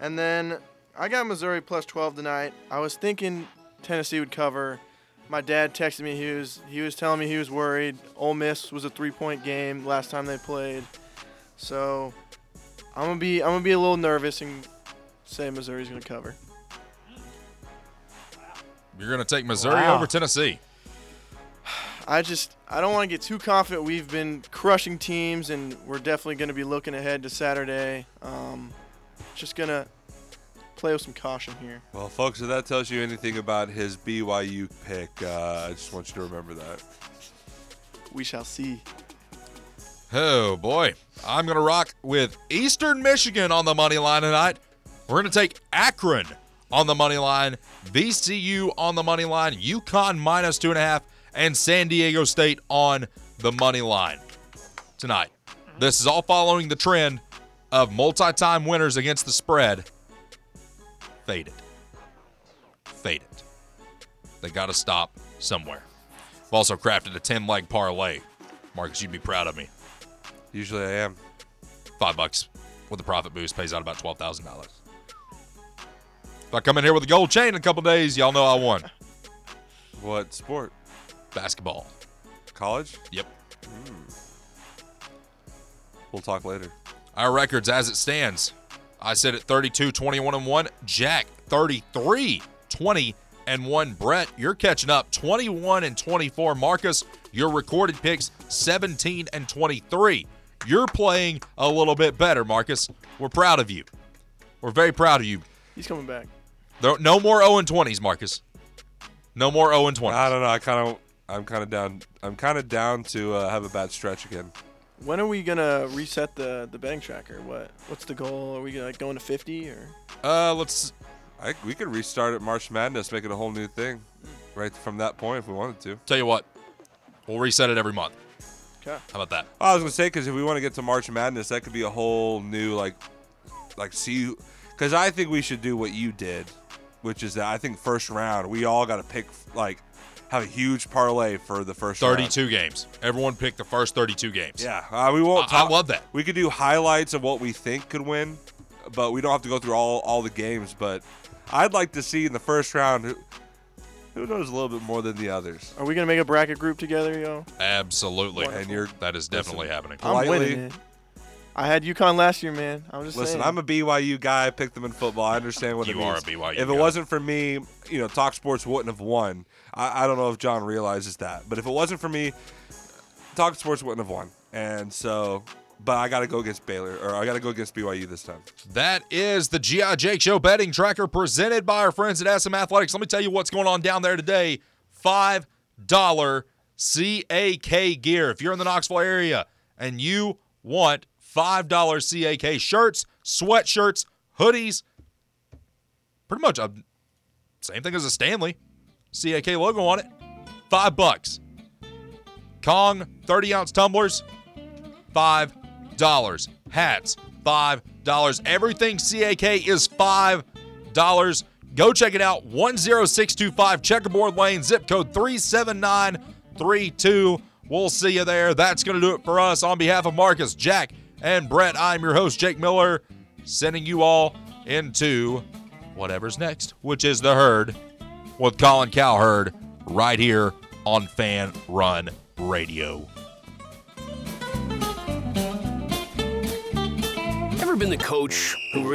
[SPEAKER 3] And then I got Missouri plus 12 tonight. I was thinking Tennessee would cover. My dad texted me. He was he was telling me he was worried. Ole Miss was a three-point game last time they played, so I'm gonna be I'm gonna be a little nervous and say Missouri's gonna cover.
[SPEAKER 1] You're going to take Missouri
[SPEAKER 4] Wow.
[SPEAKER 1] over Tennessee.
[SPEAKER 3] I just I don't want to get too confident. We've been crushing teams, and we're definitely going to be looking ahead to Saturday. Um, just gonna play with some caution here.
[SPEAKER 2] Well, folks, if that tells you anything about his BYU pick, uh, I just want you to remember that.
[SPEAKER 3] We shall see.
[SPEAKER 1] Oh boy, I'm gonna rock with Eastern Michigan on the money line tonight. We're gonna take Akron on the money line, VCU on the money line, UConn minus two and a half, and San Diego State on the money line tonight. This is all following the trend of multi-time winners against the spread. Fade it. Fade it. They gotta stop somewhere. I've also crafted a 10-leg parlay. Marcus, you'd be proud of me
[SPEAKER 2] Usually I am.
[SPEAKER 1] five bucks with a profit boost pays out about twelve thousand dollars. If I come in here with a gold chain in a couple days, y'all know I won.
[SPEAKER 2] What sport?
[SPEAKER 1] Basketball.
[SPEAKER 2] College?
[SPEAKER 1] Yep.
[SPEAKER 2] We'll talk later.
[SPEAKER 1] Our records as it stands. I said at 32, 21 and 1. Jack 33, 20 and 1. Brett, you're catching up 21 and 24. Marcus, your recorded picks 17 and 23. You're playing a little bit better, Marcus. We're proud of you. We're very proud of you.
[SPEAKER 3] He's coming back.
[SPEAKER 1] There- No more 0 and 20s, Marcus. No more 0 and 20s.
[SPEAKER 2] I don't know. I kind of, I'm kind of down. I'm kind of down to uh, have a bad stretch again.
[SPEAKER 3] When are we gonna reset the the betting tracker? What what's the goal? Are we like going to 50 or?
[SPEAKER 1] Uh, let's.
[SPEAKER 2] I, we could restart at March Madness, make it a whole new thing, right from that point if we wanted to.
[SPEAKER 1] Tell you what, we'll reset it every month.
[SPEAKER 3] 'Kay.
[SPEAKER 1] How about that?
[SPEAKER 2] Oh, I was gonna say because if we want to get to March Madness, that could be a whole new like, like see, because I think we should do what you did, which is that I think first round we all got to pick like have a huge parlay for the first round.
[SPEAKER 1] 32 games. Everyone picked the first 32 games.
[SPEAKER 2] Yeah, uh, we won't.
[SPEAKER 1] I- I
[SPEAKER 2] talk-
[SPEAKER 1] love that.
[SPEAKER 2] We could do highlights of what we think could win, but we don't have to go through all all the games. But I'd like to see in the first round who, who knows a little bit more than the others.
[SPEAKER 3] Are we gonna make a bracket group together, yo?
[SPEAKER 1] Absolutely.
[SPEAKER 2] And you're
[SPEAKER 1] That is definitely
[SPEAKER 2] Listen.
[SPEAKER 1] happening.
[SPEAKER 3] I'm
[SPEAKER 2] Politely.
[SPEAKER 3] winning it. I had UConn last year, man. I'm just
[SPEAKER 2] Listen, I'm
[SPEAKER 3] saying.
[SPEAKER 2] a BYU guy. I picked them in football. I understand what it
[SPEAKER 1] You are
[SPEAKER 2] means.
[SPEAKER 1] a BYU
[SPEAKER 2] If it
[SPEAKER 1] guy.
[SPEAKER 2] wasn't for me, you know, Talk Sports wouldn't have won. I, I don't know if John realizes that, but if it wasn't for me, Talk Sports wouldn't have won. And so, but I got to go against Baylor, or I got to go against BYU this time.
[SPEAKER 1] That is the GI Jake Show betting tracker presented by our friends at SM Athletics. Let me tell you what's going on down there today. Five dollar CAK gear. If you're in the Knoxville area and you want five dollar CAK shirts, sweatshirts, hoodies, pretty much a same thing as a Stanley CAK logo on it. Five bucks. Kong 30 ounce tumblers, five dollars. Hats, five dollars. Everything CAK is five dollars. Go check it out. 10625 Checkerboard Lane, zip code 37932. We'll see you there. That's going to do it for us. On behalf of Marcus, Jack, and Brett, I'm your host, Jake Miller, sending you all into whatever's next, which is the herd with Colin Cowherd right here on Fan Run Radio.
[SPEAKER 6] Ever been the coach who